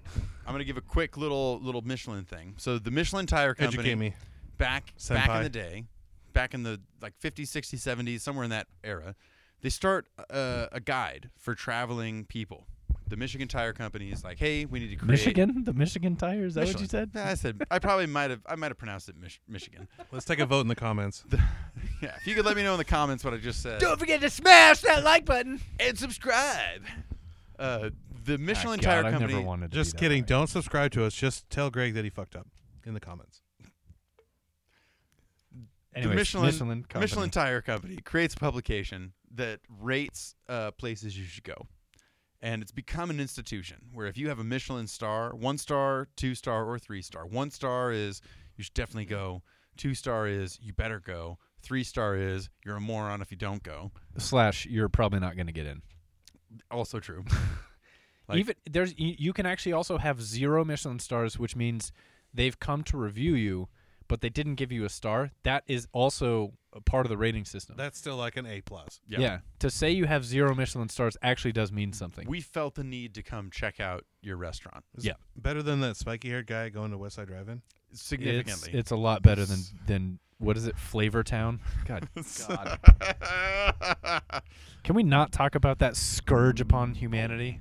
A: I'm gonna give a quick little little Michelin thing. So the Michelin tire company
C: educate me.
A: back back in
C: Senpai.
A: the day, back in the like 50s, 60s, 70s, somewhere in that era, they start uh, a guide for traveling people. The Michigan Tire Company is like, hey, we need to create
B: Michigan, the Michigan tires. Is that what you said?
A: Michelin. Nah, I said I probably might have I might have pronounced it Mich- Michigan.
C: Let's take a vote in the comments.
A: yeah, if you could let me know in the comments what I just said
B: forget to smash that like button.
A: and subscribe. Uh, the Michelin
B: Ah, God,
A: Tire
B: I
A: Company.
B: never wanted to be
C: Just
B: that
C: kidding.
B: guy.
C: Don't subscribe to us. Just tell Greg that he fucked up in the comments.
B: Anyways,
A: the Michelin,
B: Michelin, company.
A: Michelin Tire Company creates a publication that rates uh, places you should go. And it's become an institution where if you have a Michelin star, one star, two star, or three star, one star is you should definitely go, two star is you better go, three star is you're a moron if you don't go.
B: slash. You're probably not going to get in.
A: Also true. Like-
B: Even there's you, you can actually also have zero Michelin stars, which means they've come to review you, but they didn't give you a star. That is also a part of the rating system.
C: That's still like an A plus.
A: Yeah.
B: Yeah. To say you have zero Michelin stars actually does mean something.
A: we felt the need to come check out your restaurant
B: Yeah.
C: Better than that spiky haired guy going to West Side Drive-In.
B: It's,
A: significantly.
B: it's a lot better than than what is it? Flavor Town. God, God. Can we not talk about that scourge upon humanity?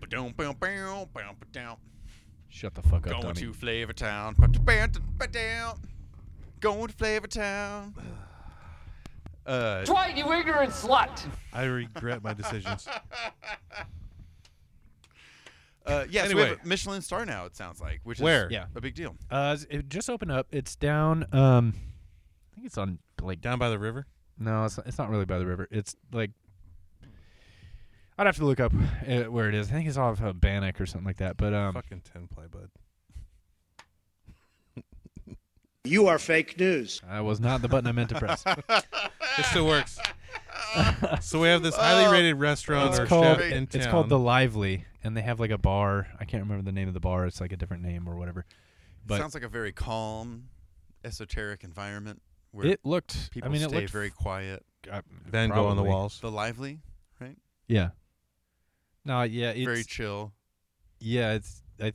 B: Shut the fuck up,
A: Going
B: Donnie.
A: to Flavor Town. Going to Flavor Town. Uh,
D: Twat, you ignorant slut!
C: I regret my decisions.
A: uh, yeah, so we have
C: Anyway.
A: a Michelin star now, it sounds like, which is
C: Where?
B: Yeah.
A: a big deal.
B: Uh, it just opened up. It's down. Um, I think think it's on like
C: Down by the river.
B: no, it's not, it's not really by the river. It's like I'd have to look up uh, where it is. I think it's off of Bannock or something like that. But um,
C: Fucking ten play, bud.
D: You are fake news.
B: I was not the button I meant to press.
C: It still works. so we have this highly rated restaurant
B: it's
C: or
B: called
C: chef in town.
B: it's called the Lively, and they have like a bar. I can't remember the name of the bar. It's like a different name or whatever. But
A: sounds like a very calm, esoteric environment where
B: it looked.
A: people
B: I mean, it
A: stay
B: looked
A: very quiet.
B: uh,
C: Van Gogh on the
B: probably.
C: walls.
A: The lively,
B: Yeah. No, yeah, it's
A: very chill.
B: yeah, it's I.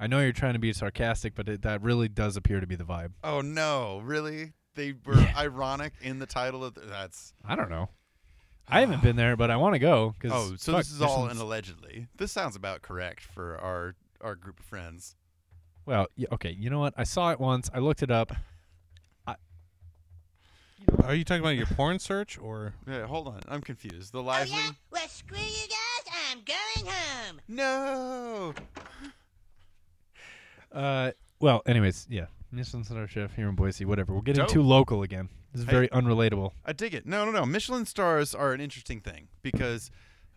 B: I know you're trying to be sarcastic, but it, that really does appear to be the vibe.
A: Oh no, really? They were
B: Yeah.
A: ironic in the title of the, that's.
B: I don't know. I haven't been there, but I want to go because
A: Ah. Oh, so this is all an allegedly. This sounds about correct for our our group of friends.
B: Well, y- okay. You know what? I saw it once. I looked it up.
C: Are you talking about your porn search or?
A: Yeah, hold on, I'm confused. The
E: Oh,
A: lively.
E: yeah? Well, screw you guys. I'm going home.
A: No.
B: Uh, well, anyways, yeah. Michelin's our chef here in Boise. Whatever. We're getting
A: Dope.
B: too local again. This is
A: Hey.
B: very unrelatable.
A: I dig it. No, no, no. Michelin stars are an interesting thing because,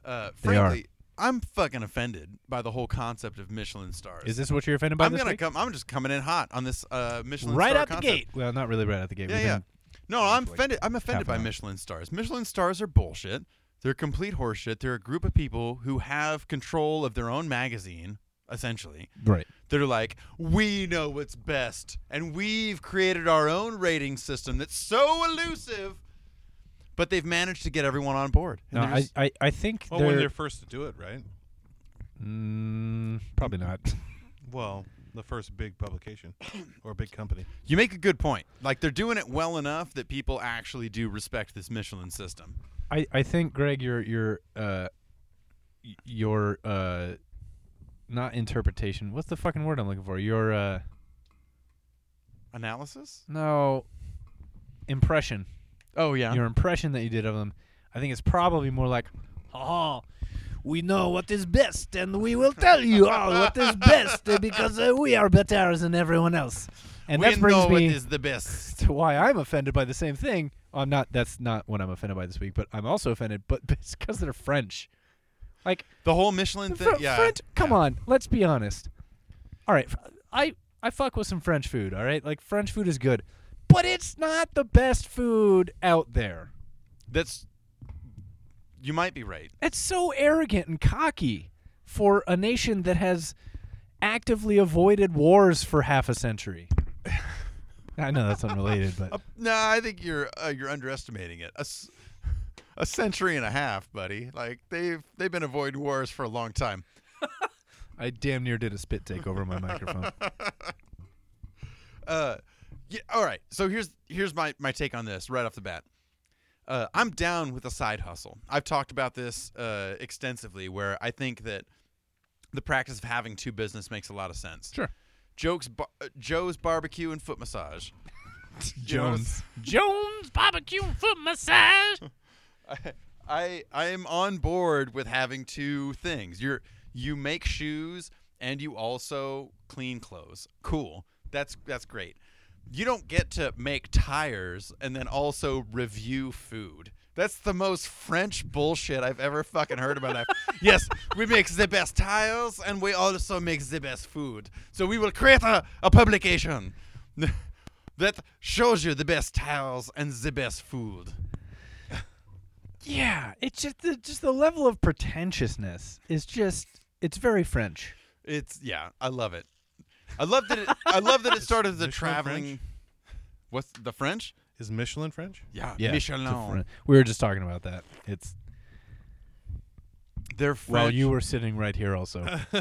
A: uh,
B: They are.
A: frankly, I'm fucking offended by the whole concept of Michelin stars.
B: Is this what you're offended by?
A: I'm
B: this
A: gonna
B: week?
A: come. I'm just coming in hot on this uh, Michelin
B: right
A: star
B: out the
A: concept.
B: gate. Well, not really right out the gate.
A: Yeah,
B: We've
A: yeah.
B: been-
A: No, I'm
B: like
A: offended. I'm offended
B: half
A: by
B: an hour.
A: Michelin stars. Michelin stars are bullshit. They're complete horseshit. They're a group of people who have control of their own magazine, essentially.
B: Right.
A: They're like, we know what's best, and we've created our own rating system that's so elusive. But they've managed to get everyone on board. And
B: No,
A: they're
B: I,
A: just-
B: I, I think
C: Well,
B: they're,
C: when they're first to do it, right?
B: mm, probably not.
C: Well, the first big publication or big company.
A: you make a good point. Like they're doing it well enough that people actually do respect this Michelin system.
B: I, I think Greg, your your uh, y- your uh, not interpretation. What's the fucking word I'm looking for? Your uh,
A: Analysis?
B: no impression.
A: Oh yeah.
B: Your impression that you did of them. I think it's probably more like, oh, we know what is best, and we will tell you all what is best uh, because uh, we are better than everyone else. And
A: we
B: that brings
A: know
B: me
A: what is the best.
B: to why I'm offended by the same thing. I'm not. That's not what I'm offended by this week. But I'm also offended. But it's because they're French. Like
A: The whole Michelin thing.
B: Fr-
A: yeah.
B: French. Come
A: yeah.
B: on. Let's be honest. All right. f- I I fuck with some French food. All right. Like French food is good, but it's not the best food out there.
A: That's. You might be right.
B: It's so arrogant and cocky for a nation that has actively avoided wars for half a century. I know that's unrelated, but
A: No, I think you're uh, you're underestimating it. A, s- a century and a half, buddy. Like they've they've been avoiding wars for a long time.
B: I damn near did a spit take over my microphone.
A: Uh, yeah, all right. So here's here's my my take on this right off the bat. Uh, I'm down with a side hustle. I've talked about this uh, extensively, where I think that the practice of having two business makes a lot of sense.
B: Sure.
A: Jokes, bar- uh, Joe's barbecue and foot massage. You know what I'm
B: Jones.
F: Jones Barbecue Foot Massage.
A: I I am on board with having two things. You're you make shoes and you also clean clothes. Cool. That's that's great. You don't get to make tires and then also review food. That's the most French bullshit I've ever fucking heard in my life. yes, we make the best tires and we also make the best food. So we will create a, a publication that shows you the best tires and the best food.
B: Yeah, it's just the, just the level of pretentiousness is just it's very French.
A: It's yeah, I love it. I love that. It, I love that it started as a
C: Michelin
A: traveling.
C: French?
A: What's the French?
C: Is Michelin French?
A: Yeah,
B: Yeah, it's a
A: Michelin.
B: Fran- we were just talking about that. It's
A: They're French.
B: well, you were sitting right here also.
C: you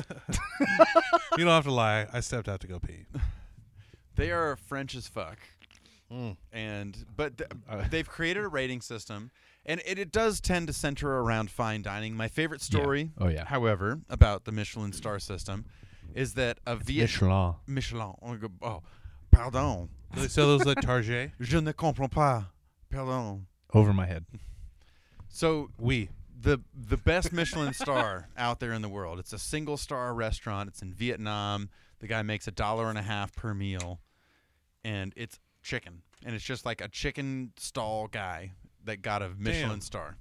C: don't have to lie. I stepped out to go pee.
A: They are French as fuck.
C: Mm.
A: And but th-
B: Hmm. Uh.
A: they've created a rating system, and it, it does tend to center around fine dining. My favorite story,
B: Oh yeah,
A: however, about the Michelin star system, is that a Viet
B: Michelin.
A: Michelin. oh, go- Oh, pardon,
C: They sell those like Target.
A: je ne comprends pas. Pardon.
B: Over my head.
A: So
C: We.
A: the the best Michelin star out there in the world. It's a single star restaurant. It's in Vietnam. The guy makes a dollar and a half per meal, and it's chicken, and it's just like a chicken stall guy that got a Michelin
C: Damn.
A: star.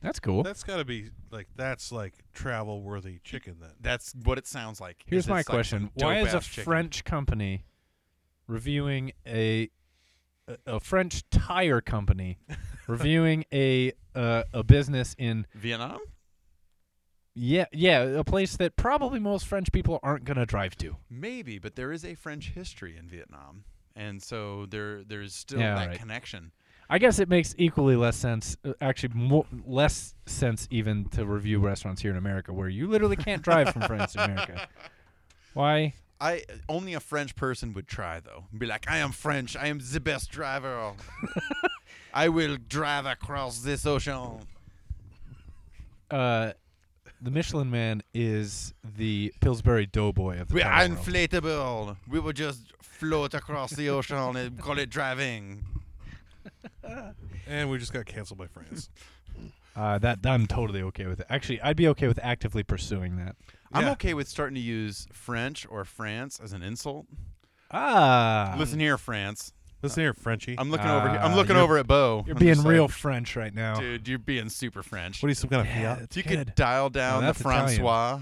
B: That's cool.
C: That's got to be like that's like travel worthy chicken then.
A: That's what it sounds like. is
B: Here's
A: it's
B: my
A: like some
B: question: Why is a
A: dope-ass chicken.
B: French company reviewing a a- a French tire company reviewing a uh, a business in
A: Vietnam?
B: yeah yeah a place that probably most French people aren't gonna drive to?
A: Maybe, but there is a French history in Vietnam, and so there there's still
B: Yeah,
A: that
B: right.
A: connection.
B: I guess it makes equally less sense, uh, actually mo less sense even to review restaurants here in America, where you literally can't drive from France to America. Why?
A: I only a French person would try though. Be like, I am French. I am the best driver. I will drive across this ocean.
B: Uh, the Michelin Man is the Pillsbury Doughboy of the
A: We are
B: tire world.
A: inflatable. We will just float across the ocean and call it driving.
C: And we just got canceled by France.
B: Uh, that I'm totally okay with. It. Actually, I'd be okay with actively pursuing that.
A: I'm
C: Yeah.
A: okay with starting to use French or France as an insult.
B: Ah,
A: Listen here, France.
C: Listen here, Frenchie.
A: I'm looking over here.
B: Ah,
A: I'm looking
B: you're-
A: over at Bo.
B: you're
A: I'm
B: being
A: just like,
B: real French right now.
A: dude. You're being super French.
C: what are you some kind of
B: Yeah,
C: fiat?
B: it's
A: If you
B: good.
A: could dial down the
B: that's Italian.
A: Francois.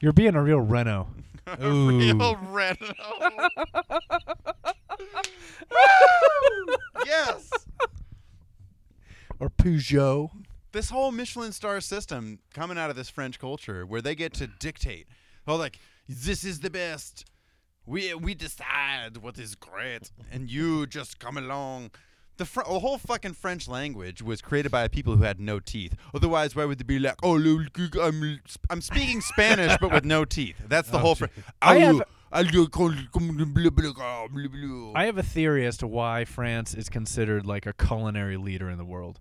B: You're being a real Reno. Ooh.
A: Real Renault. yes.
B: or Peugeot.
A: This whole Michelin star system coming out of this French culture where they get to dictate. Oh, like, this is the best. We, we decide what is great, and you just come along. The, fr- the whole fucking French language was created by people who had no teeth. Otherwise, why would they be like, oh, look, look, I'm, I'm speaking Spanish, but with no teeth? That's the whole. Fr-
B: I have-
A: I
B: I have a theory as to why France is considered like a culinary leader in the world,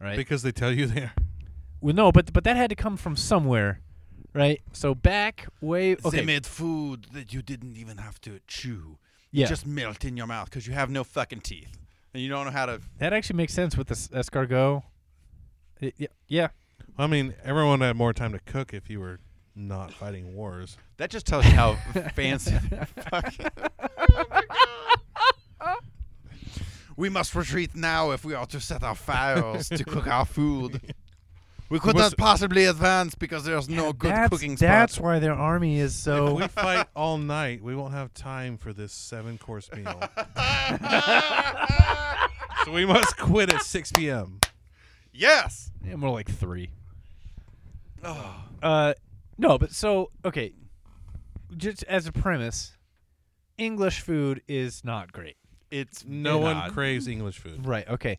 B: right?
C: Because they tell you there.
B: well, no, but but that had to come from somewhere, right? So back way okay,
A: They made food that you didn't even have to chew.
B: yeah,
A: Just melt in your mouth because you have no fucking teeth. And you don't know how to.
B: that actually makes sense with this escargot. It- yeah, yeah,
C: I mean, everyone had more time to cook if you were not fighting wars.
A: That just tells you how fancy. fucking- we must retreat now if we are to set our fires to cook our food. We could not
C: must-
A: possibly advance because there's no good
B: that's,
A: cooking spot.
B: That's why their army is
C: If
B: so.
C: we fight all night, we won't have time for this seven course meal. so we must quit at 6 p.m.
A: yes.
B: Yeah, more like three. Uh, no, but so okay. Just as a premise, English food is not great.
A: It's
C: No one
A: not.
C: craves English food.
B: Right. Okay.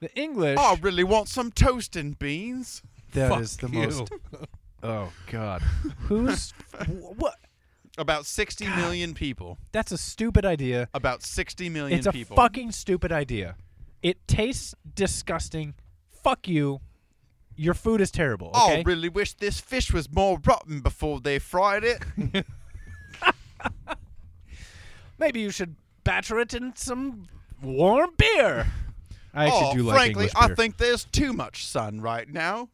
B: The English.
A: I really want some toast and beans.
B: that
C: Fuck
B: is the
C: you.
B: most. Oh God. Who's wh- what?
A: About 60 million people.
B: That's a stupid idea.
A: About 60 million
B: it's a
A: people.
B: fucking stupid idea. It tastes disgusting. Fuck you. Your food is terrible.
A: I
B: Okay.
A: Oh, really wish this fish was more rotten before they fried it.
B: Maybe you should batter it in some warm beer. I actually
A: oh,
B: do like
A: frankly,
B: English
A: I
B: beer.
A: think there's too much sun right now.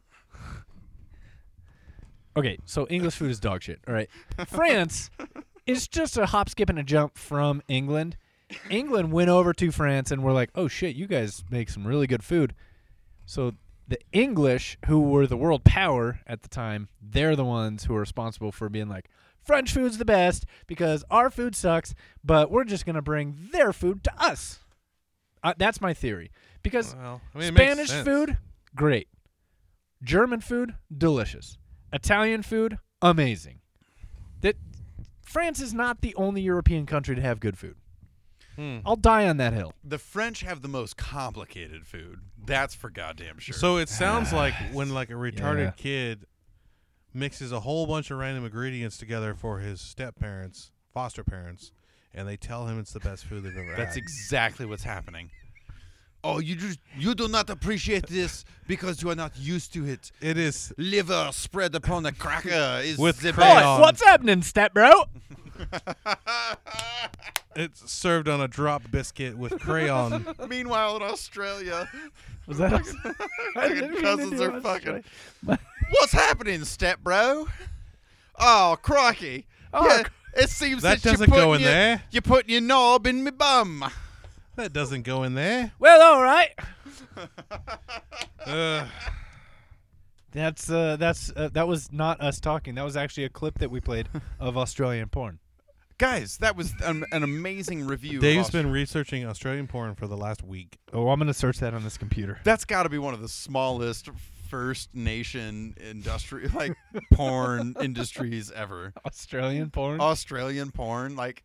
B: Okay, so English food is dog shit. All right. France is just a hop, skip, and a jump from England. England went over to France and we're like, oh shit, you guys make some really good food. So the English, who were the world power at the time, they're the ones who are responsible for being like, French food's the best because our food sucks, but we're just going to bring their food to us. Uh, that's my theory. Because
C: Well, I mean, it makes
B: Spanish
C: sense.
B: food, great. German food, delicious. Italian food, amazing. That France is not the only European country to have good food. I'll die on that hill.
A: The French have the most complicated food. That's for goddamn sure.
C: So it sounds
A: Ah,
C: like when like a retarded
B: Yeah.
C: kid mixes a whole bunch of random ingredients together for his step parents, foster parents, and they tell him it's the best food they've ever
A: that's
C: had.
A: exactly what's happening. Oh, you just you do not appreciate this because you are not used to it.
C: it is
A: Liver spread upon a cracker is
C: With
A: the
C: crayon.
A: best.
C: Um,
B: What's happening, step bro?
C: it's served on a drop biscuit with crayon.
A: Meanwhile, in Australia,
B: Was that I
A: Fucking
B: didn't mean to
A: cousins
B: do
A: are
B: that,
A: fucking.
B: sorry.
A: What's happening, step bro? Oh, crikey!
B: Oh,
A: yeah,
B: cr-
A: it seems
C: That
A: you're
C: doesn't go
A: putting
C: in
A: your-
C: there.
A: You're putting your knob in me bum.
C: That doesn't go in there.
B: Well, all right.
C: Ugh.
B: That's uh, that's uh, that was not us talking. That was actually a clip that we played of Australian porn.
A: Guys, that was an, an amazing review. of
C: Dave's
A: Aust-
C: been researching Australian porn for the last week.
B: Oh, I'm gonna search that on this computer.
A: That's got to be one of the smallest First Nation industry like porn industries ever.
B: Australian porn?
A: Australian porn, like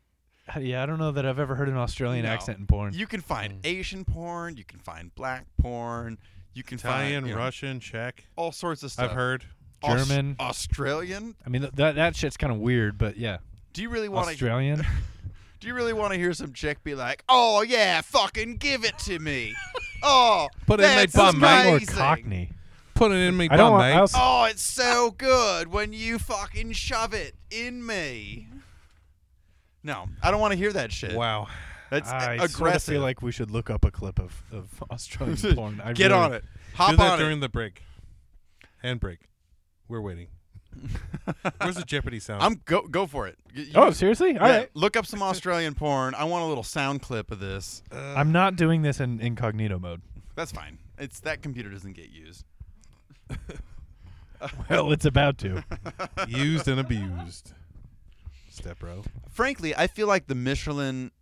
B: yeah, I don't know that I've ever heard an Australian
A: No.
B: accent in porn.
A: you can find
C: Mm.
A: Asian porn, you can find black porn, you can
C: Italian,
A: find you know,
C: Russian, Czech.
A: all sorts of stuff.
C: I've heard.
A: Aus-
B: German.
A: Australian.
B: I mean, th- that that shit's kind of weird, but yeah,
A: Do you really want to?
B: Australian.
A: Do you really want to hear some chick be like, "Oh yeah, fucking give it to me"? Oh,
C: Put it in my
A: that's
C: bum, mate.
B: or
A: amazing.
B: Cockney.
C: Put it in me
B: I don't
C: bum,
B: want.
C: mate.
B: I also-
A: Oh, it's so good when you fucking shove it in me. No, I don't want to hear that shit.
C: Wow.
A: That's
B: I
A: aggressive.
B: sort of feel like we should look up a clip of, of Australian porn. I
A: Get
B: really-
A: on it. Hop
C: Do that
A: on
C: during
A: it.
C: the break. And break. We're waiting. Where's the Jeopardy sound?
A: I'm go go for it. Y- you-
B: Oh, seriously? All
A: yeah,
B: right.
A: Look up some Australian porn. I want a little sound clip of this.
B: I'm not doing this in incognito mode.
A: That's fine. It's that computer doesn't get used.
B: Well, it's about to.
C: used and abused. Step bro.
A: Frankly, I feel like the Michelin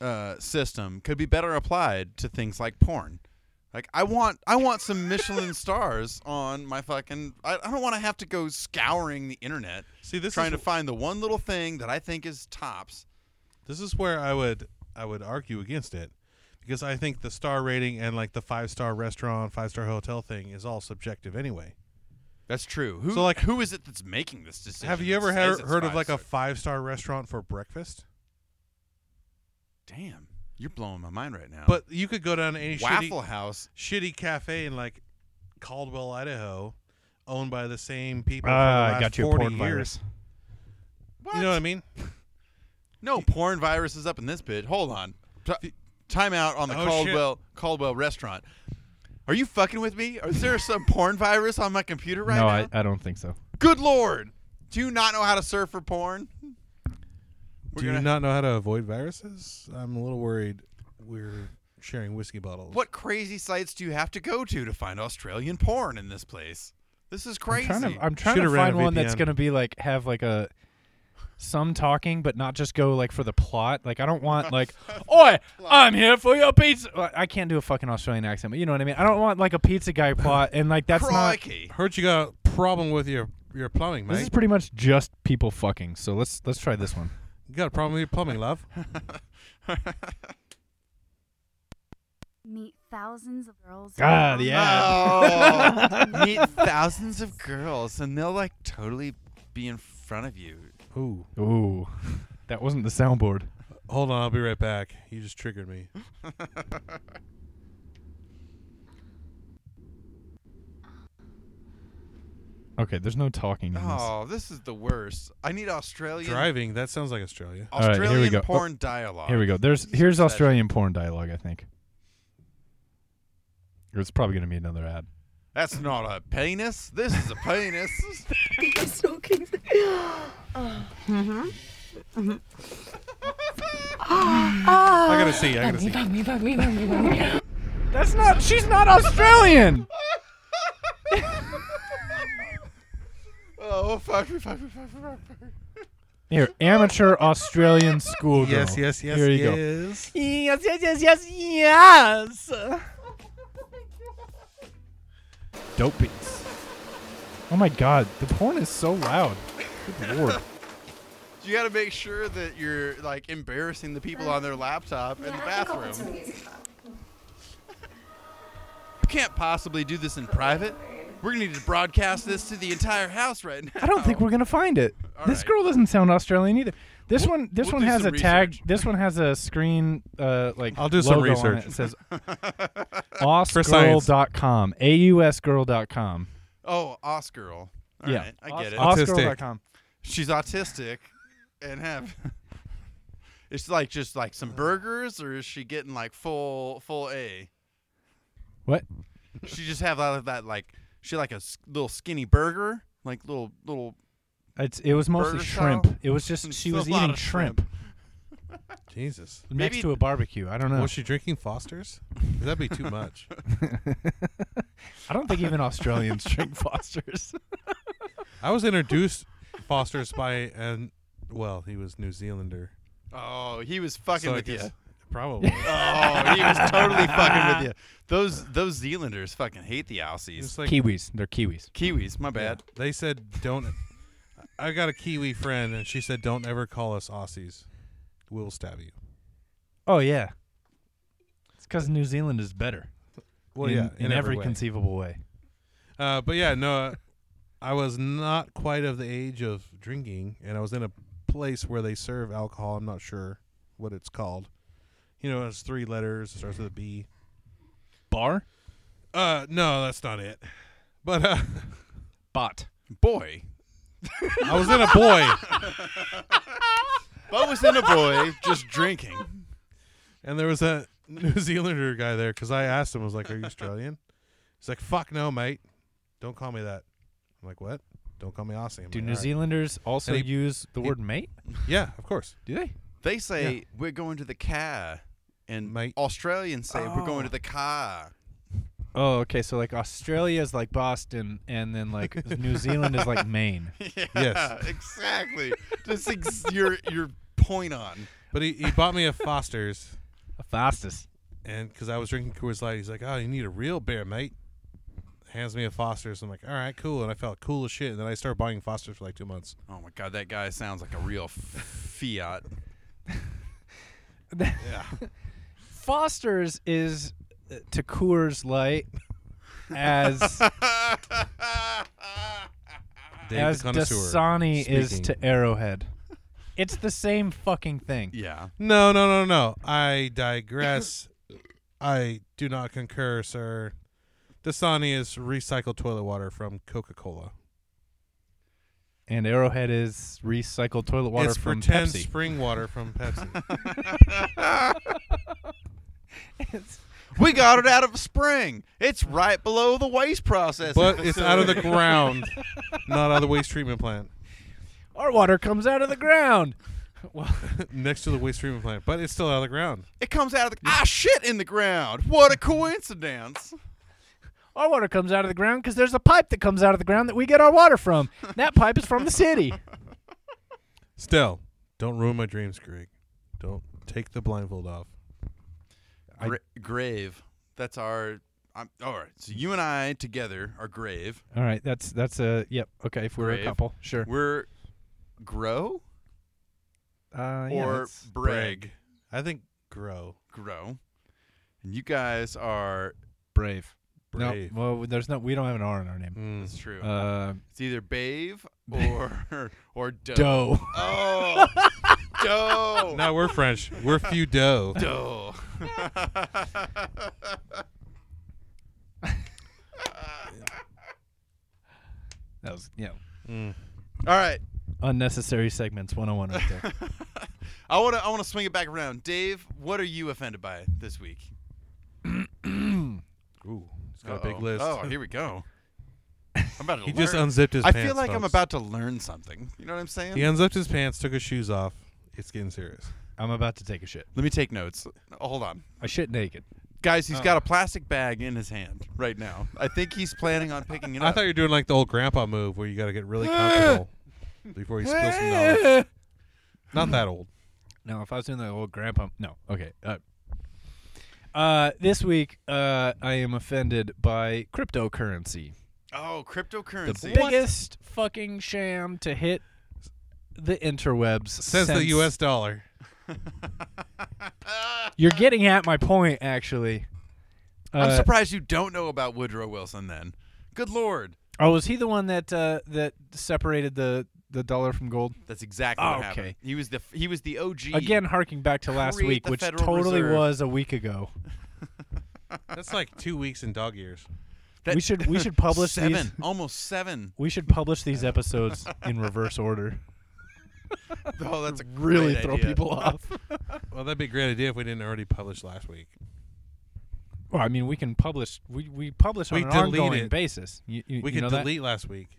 A: uh, system could be better applied to things like porn. Like I want, I want some Michelin stars on my fucking. I, I don't want to have to go scouring the internet
C: See, this
A: trying
C: is
A: to find the one little thing that I think is tops.
C: this is where I would I would argue against it because I think the star rating and like the five star restaurant, five star hotel thing is all subjective anyway.
A: That's true. Who,
C: So, like-
A: who is it that's making this decision?
C: Have you
A: that
C: ever
A: says
C: he-
A: it's
C: heard of
A: five
C: like
A: star?
C: a five star restaurant for breakfast?
A: Damn, you're blowing my mind right now.
C: But you could go down to any
A: Waffle
C: shitty,
A: House.
C: shitty cafe in like Caldwell, Idaho, owned by the same people. for the
B: Ah, I
C: last
B: got you a
C: 40
B: porn
C: years.
B: virus.
A: What?
C: You know what I mean?
A: No porn virus is up in this bitch. Hold on. T- time out on the
C: Oh,
A: Caldwell Caldwell restaurant. Are you fucking with me? Is there some porn virus on my computer right
B: no,
A: now?
B: I, I don't think so.
A: Good lord. Do you not know how to surf for porn? We're
C: Do you
A: gonna-
C: not know how to avoid viruses? I'm a little worried. We're sharing whiskey bottles.
A: What crazy sites do you have to go to to find Australian porn in this place? This is
B: I'm
A: crazy.
B: trying to, I'm trying to
C: Should've ran a
B: find one that's
C: VPN.
B: going to be like have like a some talking, but not just go like for the plot. Like I don't want like, oi, I'm here for your pizza. Like, I can't do a fucking Australian accent, but you know what I mean. I don't want like a pizza guy plot, and like that's
A: Crikey.
C: Heard you got a problem with your your plumbing,
B: not. This
C: mate.
B: is pretty much just people fucking. So let's let's try this one.
C: you got a problem with your plumbing, love?
G: Meet thousands of girls.
B: Ah, the
A: Oh, meet thousands of girls and they'll like totally be in front of you.
C: Ooh,
B: Ooh, that wasn't the soundboard.
C: hold on, I'll be right back. You just triggered me.
B: Okay, there's no talking in this.
A: Oh, this is the worst. I need Australian
C: Driving, that sounds like Australia.
B: All right, here we
A: Australian
B: go.
A: porn dialogue.
B: Here we go. There's here's Australian porn dialogue. I think. It's probably going to be another ad.
A: That's not a penis. This is a penis.
C: I gotta see. I gotta see.
B: That's not. She's not Australian.
A: oh fuck me, fuck me, fuck me, fuck me.
B: Here, amateur Australian schoolgirl.
C: Yes, yes, yes,
B: Here you go.
C: yes.
B: Yes, yes, yes, yes, yes. Dope beats. Oh my god, the porn is so loud. Good lord.
A: You got to make sure that you're like embarrassing the people on their laptop in the bathroom. You can't possibly do this in private. We're gonna need to broadcast this to the entire house right now.
B: I don't think we're gonna find it.
A: All
B: this
A: right.
B: girl doesn't sound Australian either. This
A: We'll-
B: one, this
A: we'll
B: one
A: do
B: has a
A: some
B: tag.
A: research.
B: This one has a screen, uh, like
C: I'll do some
B: logo on
C: research.
B: it. It says
C: science.
B: ausgirl.com, ausgirl.com.
A: Oh, Osgirl. All right,
B: yeah,
A: I get it.
C: Aus-
B: Ausgirl.com.
A: She's autistic, and have. It's like just like some burgers, or is she getting like full full A?
B: What?
A: She just have out of that like she like a s- little skinny burger, like little little.
B: It's it was mostly
A: Burger
B: shrimp.
A: style?
B: It was just she
A: It's a
B: was
A: lot
B: eating
A: of
B: shrimp.
C: Jesus.
A: Maybe-
B: next to a barbecue. I don't know.
C: Was she drinking Foster's? 'Cause That'd be too much.
B: I don't think even Australians drink Fosters.
C: I was introduced Foster's by an well, he was New Zealander.
A: Oh, he was fucking
C: So I
A: with you.
C: guess- Probably.
A: Oh, he was totally fucking with you. Those those Zealanders fucking hate the Aussies.
C: It's like
B: Kiwis. They're Kiwis.
A: Kiwis, my bad.
C: They said don't. I got a Kiwi friend, and she said don't ever call us Aussies. We'll stab you.
B: Oh yeah. It's because New Zealand is better.
C: Well,
B: in,
C: yeah,
B: in, every conceivable way.
C: Uh, but yeah, no, uh, I was not quite of the age of drinking, and I was in a place where they serve alcohol. I'm not sure what it's called. You know, it's three letters. It starts with a B.
B: Bar,
C: Uh, no, that's not it. But uh,
B: bot.
A: Boy.
C: I was in a boy,
A: Bo was in a boy just drinking.
C: and there was a New Zealander guy there because I asked him, I was like, "Are you Australian?" He's like, "Fuck no, mate. Don't call me that." I'm like, "What? Don't call me Aussie." I'm
B: Do
C: like,
B: New
C: "All right."
B: Zealanders also
C: And he-
B: use the
C: he-
B: word mate?
C: Yeah, of course.
B: Do they?
A: They say we're going to the car and
C: Mate.
A: Australians say we're going to the car.
B: Oh, okay. So like Australia is like Boston, and then like New Zealand is like Maine.
A: Yeah,
C: Yes.
A: exactly. That's ex- your your point on.
C: But he, he bought me a Foster's.
B: The fastest.
C: and because I was drinking Coors Light, he's like, "Oh, you need a real beer, mate." Hands me a Foster's. I'm like, "All right, cool." And I felt cool as shit. And then I started buying Foster's for like two months.
A: Oh my god, that guy sounds like a real f- fiat.
B: Foster's is uh, to Coors Light as
C: Dave the
B: as
C: connoisseur
B: Dasani is
C: speaking.
B: to Arrowhead. It's the same fucking thing.
A: yeah.
C: No, no, no, no. I digress. I do not concur, sir. Dasani is recycled toilet water from Coca-Cola.
B: And Arrowhead is recycled toilet water
C: it's
B: from
C: pretend
B: Pepsi.
C: spring water from Pepsi.
A: We got it out of a spring. It's right below the waste processing.
C: but it's out of the
A: facility.
C: ground, not out of the waste treatment plant.
B: Our water comes out of the ground. well,
C: Next to the waste treatment plant, but it's still out of the ground.
A: It comes out of the ah shit in the ground. What a coincidence!
B: our water comes out of the ground because there's a pipe that comes out of the ground that we get our water from. That pipe is from the city.
C: Still, don't ruin my dreams, Greg. Don't take the blindfold off. I-
A: Gra- grave. That's our. I'm, all right. So you and I together are grave.
B: All right, that's that's a yep. Okay, if we're
A: Brave.
B: a couple, sure.
A: We're grow
B: Uh, yeah,
A: or
B: that's-
A: brag.
C: I think grow.
A: Grow. And you guys are.
B: brave.
C: Brave.
B: No, well, there's no. We don't have an R in our name.
A: That's true.
B: Uh,
A: it's either bave or or dough.
B: dough.
A: Oh, dough.
C: No, we're French. We're few dough.
A: Dough.
B: That was yeah.
A: All right.
B: Unnecessary segments 101 right there.
A: I want to I want to swing it back around. Dave, what are you offended by this week?
C: Ooh, he's got a big
A: Uh-oh.
C: list.
A: Oh, here we go. I'm about to
C: he just
A: learn.
C: unzipped his
A: I
C: pants.
A: feel like I'm
C: folks.
A: about to learn something. You know what I'm saying?
C: He unzipped his pants, took his shoes off. It's getting serious.
B: I'm about to take a shit.
A: Let me take notes. Hold on.
B: I shit naked.
A: Guys, He's
C: Oh.
A: got a plastic bag in his hand right now. I think he's planning on picking it
C: I
A: up.
C: thought you were doing like the old grandpa move where you got to get really comfortable before you spill some knowledge. Not that old.
B: No, if I was doing the old grandpa, no. Okay. Uh, uh, this week, uh, I am offended by cryptocurrency.
A: oh,
B: The
A: cryptocurrency.
B: biggest fucking sham to hit the interwebs
C: Since the U.S. dollar.
B: You're getting at my point, actually.
A: I'm
B: Uh,
A: surprised you don't know about Woodrow Wilson then. Good lord.
B: Oh, was he the one that uh, that separated the, the dollar from gold?
A: That's exactly
B: Oh,
A: what happened.
B: okay.
A: He was the he was the OG.
B: Again, harking back to last
A: Create
B: week,
A: the
B: which
A: Federal
B: totally
A: Reserve.
B: was a week ago.
C: That's like two weeks in dog years.
A: That-
B: we should we should publish
A: seven,
B: these.
A: almost seven.
B: We should publish these episodes in reverse order.
A: Oh, that's a
B: Really
A: great
B: throw
A: idea.
B: people off.
C: Well, that'd be a great idea if we didn't already publish last week.
B: Well, I mean, we can publish. We we publish on
C: We
B: an
C: delete
B: ongoing
C: it.
B: basis. You, you,
C: We
B: you
C: could
B: know that?
C: delete last week.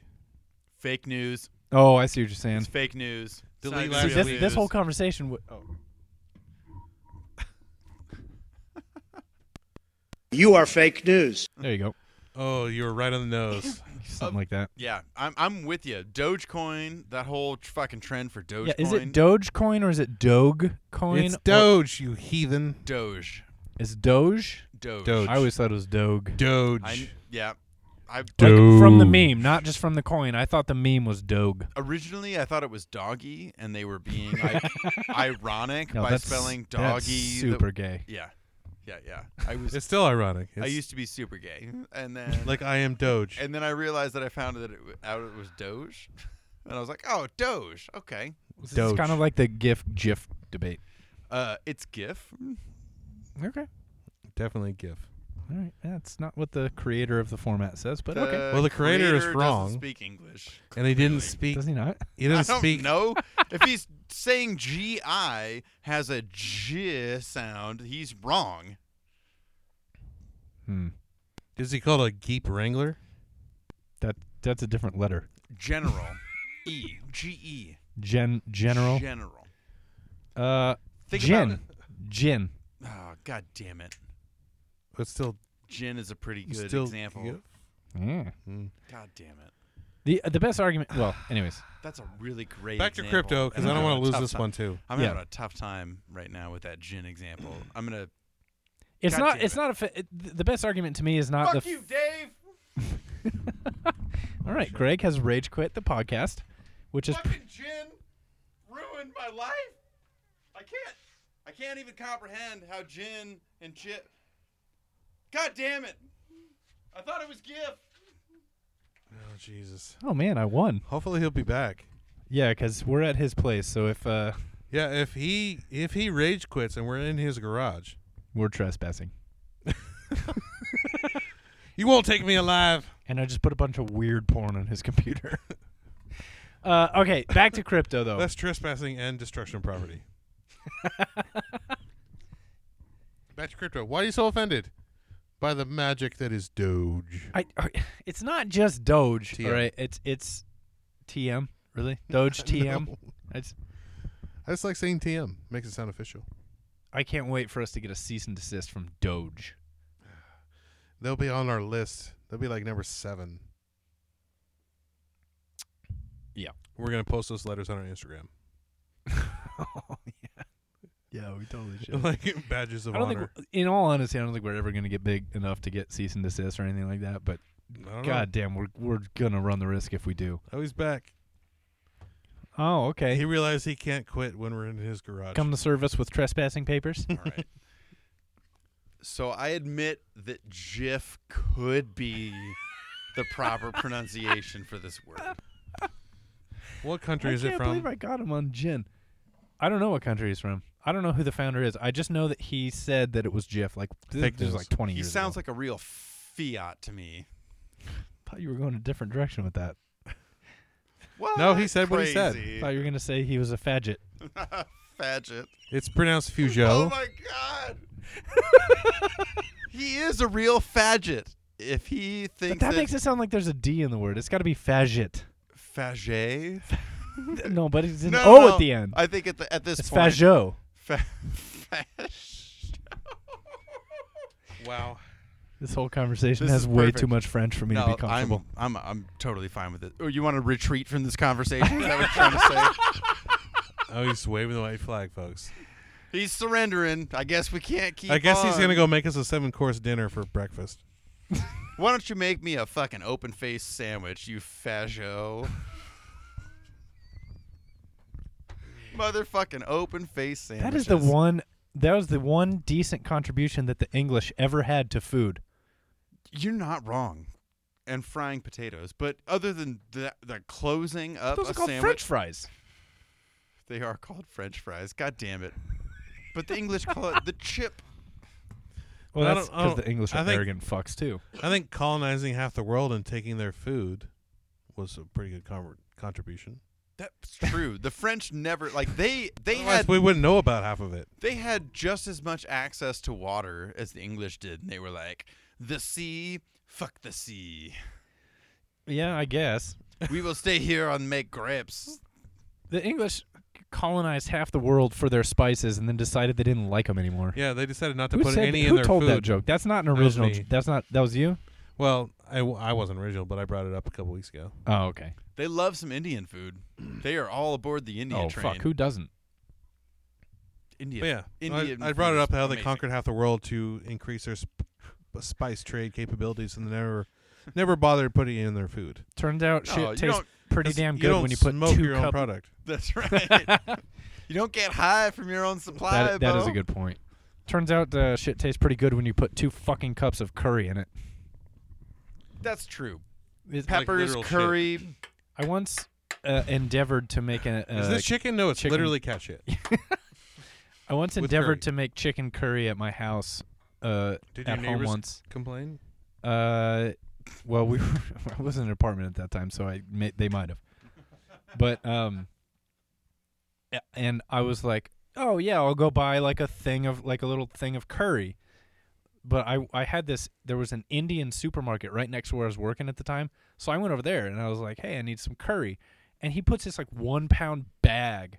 A: Fake news.
B: Oh, I see what you're saying.
A: It's fake news. It's
C: Delete
A: not
C: last
B: See,
A: real
B: this,
C: week.
A: news.
B: this whole conversation. W- oh.
D: You are fake news.
B: There you go.
C: Oh, you were right on the nose.
B: Something like that.
A: Yeah, I'm I'm with you. Dogecoin, that whole tr- fucking trend for Dogecoin.
B: Yeah, is it Dogecoin or is it Doge coin?
C: it's Doge, you heathen.
A: Doge?
B: Is Doge?
A: Doge.
C: Doge.
B: I always thought it was Doge.
C: Doge.
A: I, yeah. I
B: Like from the meme, not just from the coin. I thought the meme was Doge.
A: originally I thought it was doggy, and they were being like ironic
B: No,
A: by
B: that's,
A: spelling doggy.
B: that's
A: the-
B: super gay.
A: yeah, yeah, yeah. I was
C: it's still ironic. It's
A: I used to be super gay, and then
C: like I am Doge.
A: and then I realized that I found that it w- out it was Doge, and I was like, oh, Doge, okay.
B: It's kind of like the GIF GIF debate.
A: Uh, it's GIF.
B: Okay.
C: definitely GIF.
B: All right. That's not what the creator of the format says, but okay.
A: The
C: Well, the creator is
A: doesn't
C: wrong.
A: Speak English.
C: And he didn't speak.
B: Does he not?
C: He
A: I
C: didn't
A: don't
C: speak.
A: know if he's saying GI has a J sound. He's wrong.
B: Hmm.
C: Is he called a geep wrangler?
B: That that's a different letter.
A: General. E G E.
B: Gen general.
A: General.
B: Uh,
A: Think
B: gin.
A: about it.
B: Gin.
A: Oh, god damn it.
C: But still,
A: Gin is a pretty good
C: still
A: example.
C: GIF?
B: Yeah.
A: God damn it.
B: The the best argument. Well, anyways,
A: That's a really great
C: Back to
A: example,
C: crypto because
A: and
C: I don't
A: I'm
C: want
A: having
C: to
A: a tough
C: lose this
A: ti-
C: one too.
A: I'm
B: Yeah.
A: having a tough time right now with that gin example. I'm going to.
B: it's
A: God
B: not.
A: damn
B: It's
A: it.
B: not a. Fa- it- th- the best argument to me is
C: Uh,
B: not the.
A: Fuck
B: f-
A: you, Dave!
B: All right, Greg has rage quit the podcast, which is
A: Fucking gin ruined my life. I can't. I can't even comprehend how gin and chip. God damn it! I thought it was GIF.
C: Oh Jesus!
B: oh man, I won.
C: Hopefully he'll be back.
B: Yeah, because we're at his place, so if uh,
C: Yeah, if he if he rage quits and we're in his garage,
B: we're trespassing,
C: you won't take me alive.
B: and I just put a bunch of weird porn on his computer. uh, okay, back to crypto though.
C: That's trespassing and destruction of property. back to crypto. Why are you so offended by the magic that is Doge?
B: I, uh, it's not just Doge.
C: TM.
B: All right, it's it's TM really Doge TM. It's,
C: I just like saying TM. Makes it sound official.
B: I can't wait for us to get a cease and desist from Doge.
C: They'll be on our list. They'll be like number seven.
B: Yeah.
C: We're gonna post those letters on our Instagram.
B: Yeah, we totally
C: like badges of
B: I don't
C: honor.
B: think, in all honesty, I don't think we're ever going to get big enough to get cease and desist or anything like that. But
C: I don't know.
B: God damn, we're we're gonna run the risk if we do.
C: Oh, he's back.
B: Oh, okay.
C: He realized he can't quit when we're in his garage.
B: Come to service with trespassing papers.
A: All right. so I admit that GIF could be the proper pronunciation for this word.
C: what country is
B: I can't
C: it from?
B: believe I got him on gin. I don't know what country he's from. I don't know who the founder is. I just know that he said that it was Jif. Like this,
C: Fake
B: this was
C: news.
B: like twenty
A: He
B: years.
A: sounds
B: ago.
A: like a real fiat to me.
B: thought you were going a different direction with that.
A: What?
C: No, he said what he said.
B: Thought you were going to say he was a faggot.
A: said. Faggot.
C: It's pronounced
A: Oh
C: Fujo.
A: my god. he is a real faggot. If he
B: But
A: thinks
B: that makes it sound like there's a D in the word. It's got to be faggot.
A: faggot.
B: no, but it's an
A: No,
B: O
A: no,
B: Oh, at the end.
A: I think at the at this
B: it's
A: point.
B: fagot.
A: Fa- fag-
C: Wow.
B: This whole conversation
A: This
B: has
A: is
B: way
A: perfect.
B: too much French for me to
A: no,
B: be comfortable.
A: I'm, I'm I'm totally fine with it. Oh, you want to retreat from this conversation? Is that what you're trying to say?
C: Oh, he's waving the white flag, folks.
A: He's surrendering. I guess we can't keep.
C: I guess he's
A: on.
C: gonna go make us a seven course dinner for breakfast.
A: Why don't you make me a fucking open faced sandwich, you fajo? Motherfucking open faced sandwich.
B: That is the one. That was the one decent contribution that the English ever had to food.
A: You're not wrong. And frying potatoes, but other than the, the closing up
B: Those
A: a
B: are called
A: sandwich,
B: French fries.
A: they are called French fries. God damn it! But the English call it the chip.
B: Well,
C: I
B: that's
C: don't- I
B: because
C: don't-
B: the English
C: I
B: are
C: think-
B: arrogant fucks too.
C: I think colonizing half the world and taking their food was a pretty good con- contribution.
A: That's true. the French never like they they
C: Otherwise,
A: had
C: we wouldn't know about half of it.
A: they had just as much access to water as the English did, and they were like the sea, fuck the sea.
B: Yeah, I guess
A: we will stay here and make grapes.
B: the English colonized half the world for their spices and then decided they didn't like them anymore.
C: Yeah, they decided not to
B: who
C: put
B: said-
C: any
B: who
C: in their
B: told
C: food.
B: that joke? That's not an
C: was
B: original.
C: me.
B: j- That's not. That was you.
C: Well, I, w- I wasn't original, but I brought it up a couple weeks ago.
B: Oh, okay.
A: They love some Indian food. They are all aboard the Indian
B: oh,
A: train.
B: fuck. Who doesn't?
A: India.
C: But yeah,
A: Indian
C: I, I brought
A: food
C: it
A: is
C: up how they
A: amazing.
C: conquered half the world to increase their sp- spice trade capabilities, and they never never bothered putting it in their food.
B: Turns out
A: No,
B: shit
A: you
B: tastes
A: don't-
B: pretty
C: 'Cause
B: damn
C: you
B: good
C: don't
B: when you put
C: smoke
B: two
C: your own
B: cup-
C: product.
A: That's right. you don't get high from your own supply.
B: That, that is a
A: Bo.
B: good point. Turns out uh, shit tastes pretty good when you put two fucking cups of curry in it.
A: That's true.
B: Is-
C: Like
A: Peppers,
C: literal shit.
A: curry.
B: I once uh, endeavored to make an. Uh,
C: Is this chicken? No, it's
B: chicken-
C: literally cat shit.
B: I once
C: with
B: endeavored to
C: curry?
B: make chicken curry at my house. Uh,
C: Did your
B: at home
C: neighbors-
B: once.
C: Complain?
B: Uh, well, we were, I was in an apartment at that time, so I may, they might have, but um, a- and I was like, oh yeah, I'll go buy like a thing of like a little thing of curry, but I I had this there was an Indian supermarket right next to where I was working at the time, so I went over there and I was like, hey, I need some curry, and he puts this like one pound bag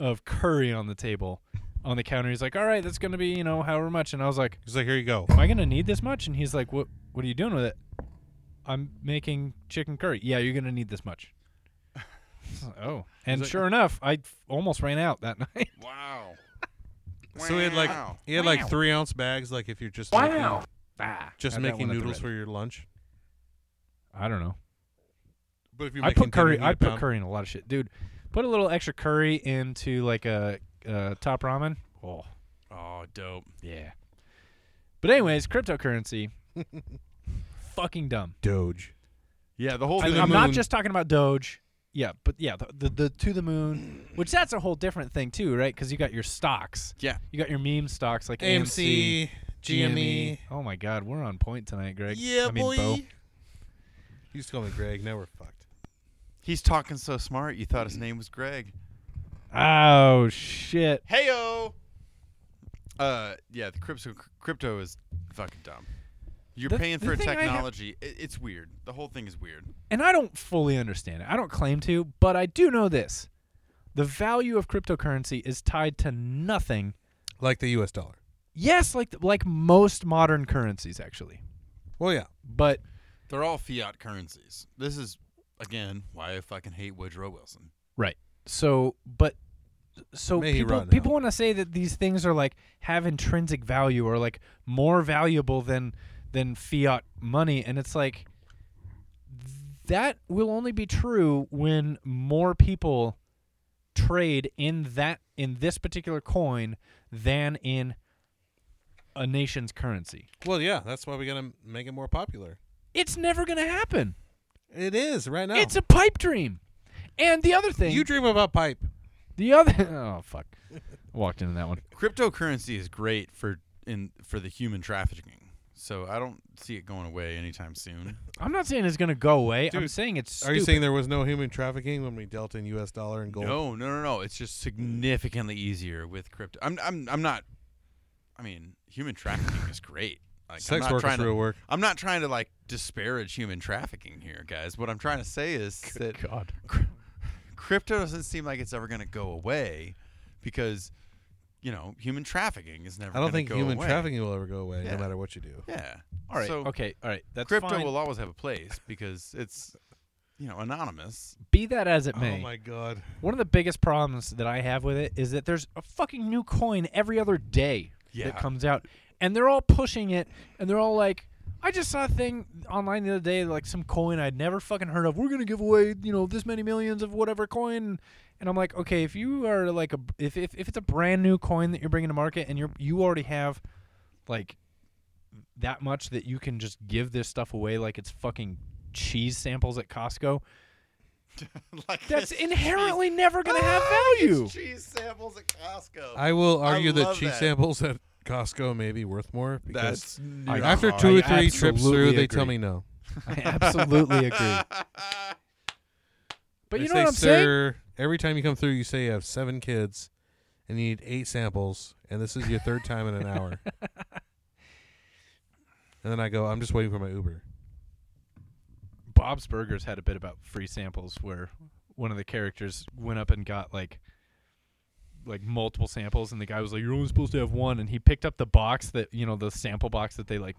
B: of curry on the table, on the counter. He's like, all right, that's gonna be you know however much, and I was like
C: He's like, here you go.
B: am I gonna need this much? And he's like, what What are you doing with it? I'm making chicken curry. Yeah, you're gonna need this much. oh, and
C: like-
B: sure enough, I f- almost ran out that night.
A: Wow.
C: So he had like
A: Wow.
C: he had like three ounce bags, like if you're just wow. Ah, just
B: Had that
C: making
B: one at the
C: noodles
B: ready.
C: for your lunch.
B: I don't know.
C: But if you're
B: I
C: making
B: put
C: dinner,
B: curry.
C: you
B: I
C: need a
B: put
C: pound.
B: curry in a lot of shit, dude. Put a little extra curry into like a uh, top ramen. Oh
A: Oh, dope.
B: yeah. But anyways, cryptocurrency. fucking dumb.
C: Doge.
A: Yeah, the whole
B: I,
A: thing.
B: am not
C: moon.
B: just talking about Doge. Yeah, but yeah, the, the the to the moon, which that's a whole different thing too, right? Because you got your stocks,
A: yeah.
B: you got your meme stocks like AMC,
C: AMC, E. GME.
B: Oh my God, we're on point tonight, Greg.
C: Yeah,
B: I mean,
C: boy.
B: Bo.
C: You used to call me Greg. Now we're fucked.
A: He's talking so smart. You thought his name was Greg.
B: Oh shit.
A: Heyo. Uh, yeah. The crypto crypto is fucking dumb. You're
B: The-
A: paying
B: the
A: for a
B: thing I have-
A: technology. It, it's weird. The whole thing is weird.
B: and I don't fully understand it. I don't claim to, but I do know this: the value of cryptocurrency is tied to nothing.
C: Like the U.S. dollar.
B: Yes, like like most modern currencies, actually,
C: Well, yeah.
B: but
A: They're all fiat currencies. This is again why I fucking hate Woodrow Wilson.
B: Right. So, but so
C: May he
B: people
C: rot in
B: people
C: hell.
B: want to say that these things are like have intrinsic value or like more valuable than than fiat money, and it's like that will only be true when more people trade in that in this particular coin than in a nation's currency.
C: Well, yeah. That's why we gotta m- make it more popular.
B: It's never going to happen.
C: It is right now.
B: It's a pipe dream. And the other thing,
C: you dream about pipe.
B: the other oh fuck. Walked into that one.
A: Cryptocurrency is great for in for the human trafficking. So I don't see it going away anytime soon.
B: I'm not saying it's going to go away. I'm
C: Dude,
B: saying it's
C: Are you
B: stupid.
C: saying there was no human trafficking when we dealt in U.S. dollar and gold?
A: No, no, no, no. It's just significantly easier with crypto. I'm, I'm, I'm not. I mean, human trafficking is great. Like, I'm
C: Sex
A: not
C: work
A: trying
C: is
A: to,
C: real work.
A: I'm not trying to like disparage human trafficking here, guys. What I'm trying to say is that
B: God.
A: crypto doesn't seem like it's ever going to go away, because you know human trafficking is never.
C: I don't
A: gonna
C: think
A: go
C: human
A: away.
C: trafficking will ever go away,
A: Yeah.
C: no matter what you do.
A: Yeah.
B: All right.
A: So
B: okay. All right. That's
A: crypto
B: fine.
A: will always have a place because it's, you know, anonymous.
B: Be that as it may,
C: Oh my god.
B: one of the biggest problems that I have with it is that there's a fucking new coin every other day
A: Yeah.
B: that comes out, and they're all pushing it, and they're all like, "I just saw a thing online the other day, like some coin I'd never fucking heard of. We're gonna give away, you know, this many millions of whatever coin." And I'm like, okay, if you are like a if if, if it's a brand new coin that you're bringing to market, and you're you already have like that much that you can just give this stuff away like it's fucking cheese samples at Costco.
A: like
B: That's
A: this.
B: inherently never going to have
A: Ah, it's
B: value.
A: Cheese samples at Costco.
C: I will argue that
A: love
C: cheese
A: that.
C: samples at Costco may be worth more because
A: That's
B: I-
C: after
B: I
C: two or three trips
B: absolutely
C: through,
B: agree.
C: they tell me no.
B: I absolutely agree. But
C: They
B: you know
C: say,
B: what I'm saying?
C: Sir, every time you come through, you say you have seven kids and you need eight samples, and this is your third time in an hour. And then I go, I'm just waiting for my Uber.
B: Bob's Burgers had a bit about free samples where one of the characters went up and got like like multiple samples, and the guy was like, "You're only supposed to have one," and he picked up the box that you know the sample box that they like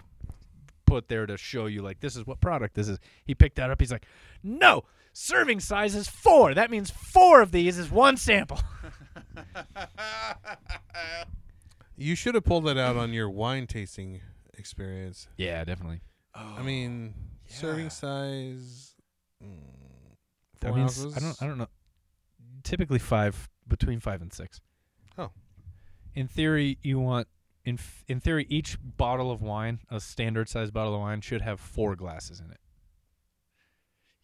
B: put there to show you like this is what product this is. He picked that up. He's like, "No, serving size is four. That means four of these is one sample."
C: You should have pulled that out on your wine tasting experience.
B: Yeah, definitely.
C: I mean, serving size. mm,
B: That
C: Four
B: means I
C: ounces?
B: don't I don't know. Typically five between five and six.
C: Oh.
B: In theory, you want in f- in theory each bottle of wine, a standard sized bottle of wine, should have four glasses in it.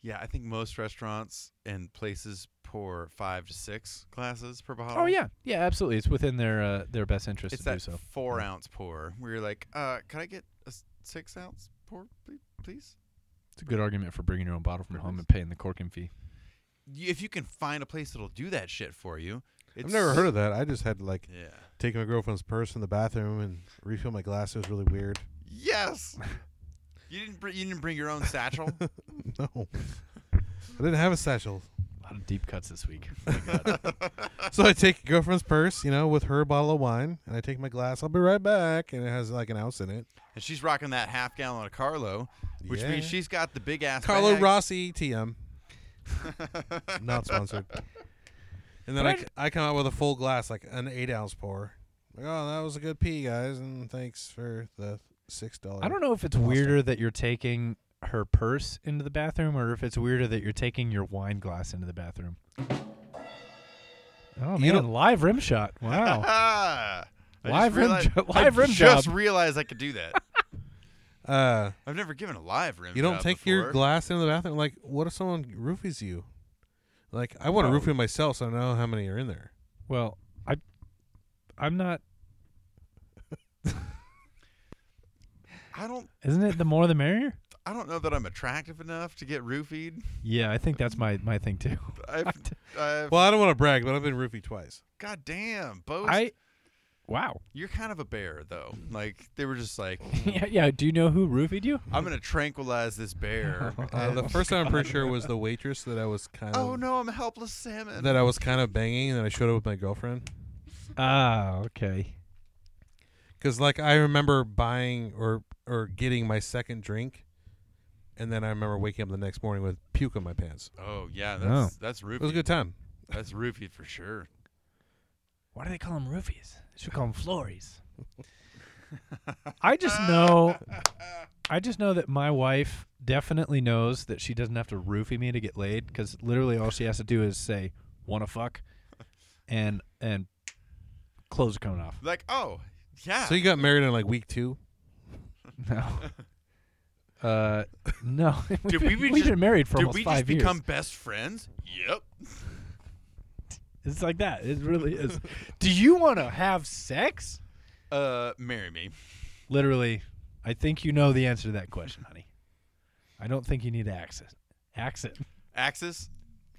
A: Yeah, I think most restaurants and places pour five to six glasses per bottle.
B: Oh yeah, yeah, absolutely. It's within their uh, their best interest
A: it's
B: to do
A: that
B: so.
A: four ounce pour where you're like, uh, can I get a s- six ounce pour, ple- please?
B: It's a good argument for bringing your own bottle from home and
A: Perfect.
B: paying the corking fee.
A: Y- If you can find a place that'll do that shit for you, it's,
C: I've never heard of that. I just had to like
A: Yeah.
C: take my girlfriend's purse in the bathroom and refill my glass. It was really weird.
A: Yes. you didn't. Br- you didn't bring your own satchel.
C: No, I didn't have a satchel,
B: A lot of deep cuts this week.
C: so I take girlfriend's purse, you know, with her bottle of wine, and I take my glass. I'll be right back, and it has like an ounce in it.
A: and she's rocking that half gallon of Carlo, which
C: Yeah.
A: means she's got the big ass.
C: Carlo
A: bag.
C: Rossi TM. Not sponsored. And then I, c- I come out with a full glass, like an eight ounce pour. Like, oh, that was a good pee, guys, and thanks for the six dollars.
B: I don't know if it's weirder that you're taking her purse into the bathroom or if it's weirder that you're taking your wine glass into the bathroom. Oh
C: You
B: man,
C: don't-
B: live rim shot. Wow.
A: Ah. I just
B: Live rim
A: realized-
B: jo-
A: I
B: live rim
A: just
B: job.
A: realized I could do that.
C: Uh,
A: I've never given a live rim.
C: you don't
A: job
C: take your
A: before.
C: glass into the bathroom. Like, what if someone roofies you? Like, I want to roofie myself, so I know how many are in there.
B: well, I I'm not
A: I don't.
B: isn't it the more the merrier?
A: I don't know that I'm attractive enough to get roofied.
B: Yeah, I think that's my my thing too.
A: I've, I've,
C: Well, I don't want to brag, but I've been roofied twice.
A: God damn, Bo,
B: I Wow.
A: you're kind of a bear though. Like they were just like,
B: yeah, yeah, do you know who roofied you?
A: I'm gonna tranquilize this bear.
C: Uh, the first time I'm pretty sure was the waitress that I was kind of
A: oh no, I'm a helpless salmon.
C: that I was kind of banging, and I showed up with my girlfriend
B: Ah, okay.
C: because like I remember buying or or getting my second drink, and then I remember waking up the next morning with puke on my pants.
A: oh yeah, that's that's
C: It was
A: roofied.
C: a good time.
A: That's roofied for sure.
B: Why do they call them roofies? They should call them flories. I just know. I just know that my wife definitely knows that she doesn't have to roofie me to get laid because literally all she has to do is say "wanna fuck," and and clothes are coming off.
A: Like oh yeah,
C: So you got married in like week two.
B: No. Uh, no. we've
A: Did we
B: been,
A: be
B: we've
A: just-
B: been married for
A: did
B: almost
A: we
B: five
A: just
B: years.
A: become best friends? Yep.
B: it's like that. It really is. do you want to have sex?
A: Uh, marry me.
B: Literally, I think you know the answer to that question, honey. I don't think you need accent. Accent.
A: Axis.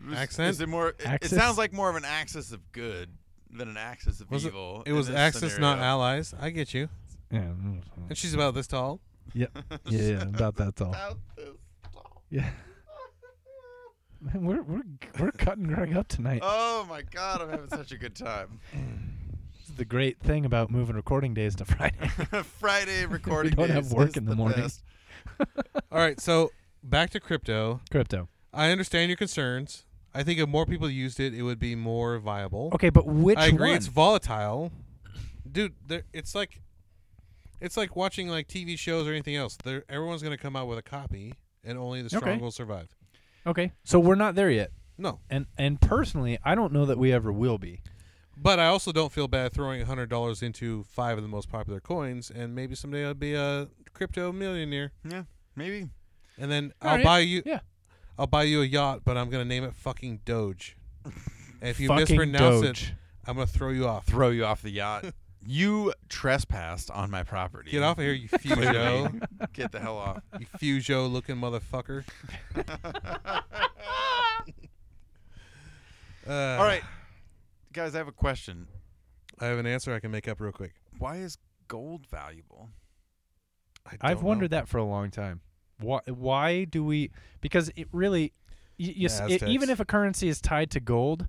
A: Was-
C: Accent?
A: Is it more? It, it
B: Axis?
A: sounds like more of an axis of good than an axis of
C: Was it-
A: evil.
C: It
A: in
C: was
A: this
C: access, not
A: scenario.
C: allies. I get you.
B: Yeah.
C: And she's about this tall.
B: Yeah. Yeah. yeah, About that tall. Yeah. Man, we're we're we're cutting Greg up tonight.
A: Oh my god, I'm having such a good time.
B: This is the great thing about moving recording days to Friday.
A: Friday recording.
B: don't have
A: days
B: work
A: is
B: in the morning.
A: best.
C: All right, so back to crypto.
B: Crypto.
C: I understand your concerns. I think if more people used it, it would be more viable.
B: Okay, but which
C: I agree.
B: one?
C: It's volatile, dude. There, it's like, it's like watching like TV shows or anything else. There, everyone's gonna come out with a copy, and only the strong
B: Okay.
C: will survive.
B: okay, so we're not there yet.
C: No,
B: And and personally, I don't know that we ever will be.
C: but I also don't feel bad throwing hundred dollars into five of the most popular coins, and maybe someday I'll be a crypto millionaire,
A: Yeah, maybe.
C: and then
B: All
C: I'll
B: right.
C: buy you.
B: Yeah.
C: I'll buy you a yacht, but I'm gonna name it fucking Doge. And if you
B: Fucking
C: mispronounce
B: Doge.
C: it, I'm gonna throw you off.
A: Throw you off the yacht. you trespassed on my property.
C: Get off of here, you fujo,
A: Clearly. Get the hell off.
C: you fujo looking motherfucker. uh,
A: All right, guys, I have a question.
C: I have an answer I can make up real quick.
A: Why is gold valuable?
C: I
B: I've wondered that for a long time. Why why do we? Because it really, y- you, s-
C: The
B: it- even
C: Aztecs.
B: if a currency is tied to gold,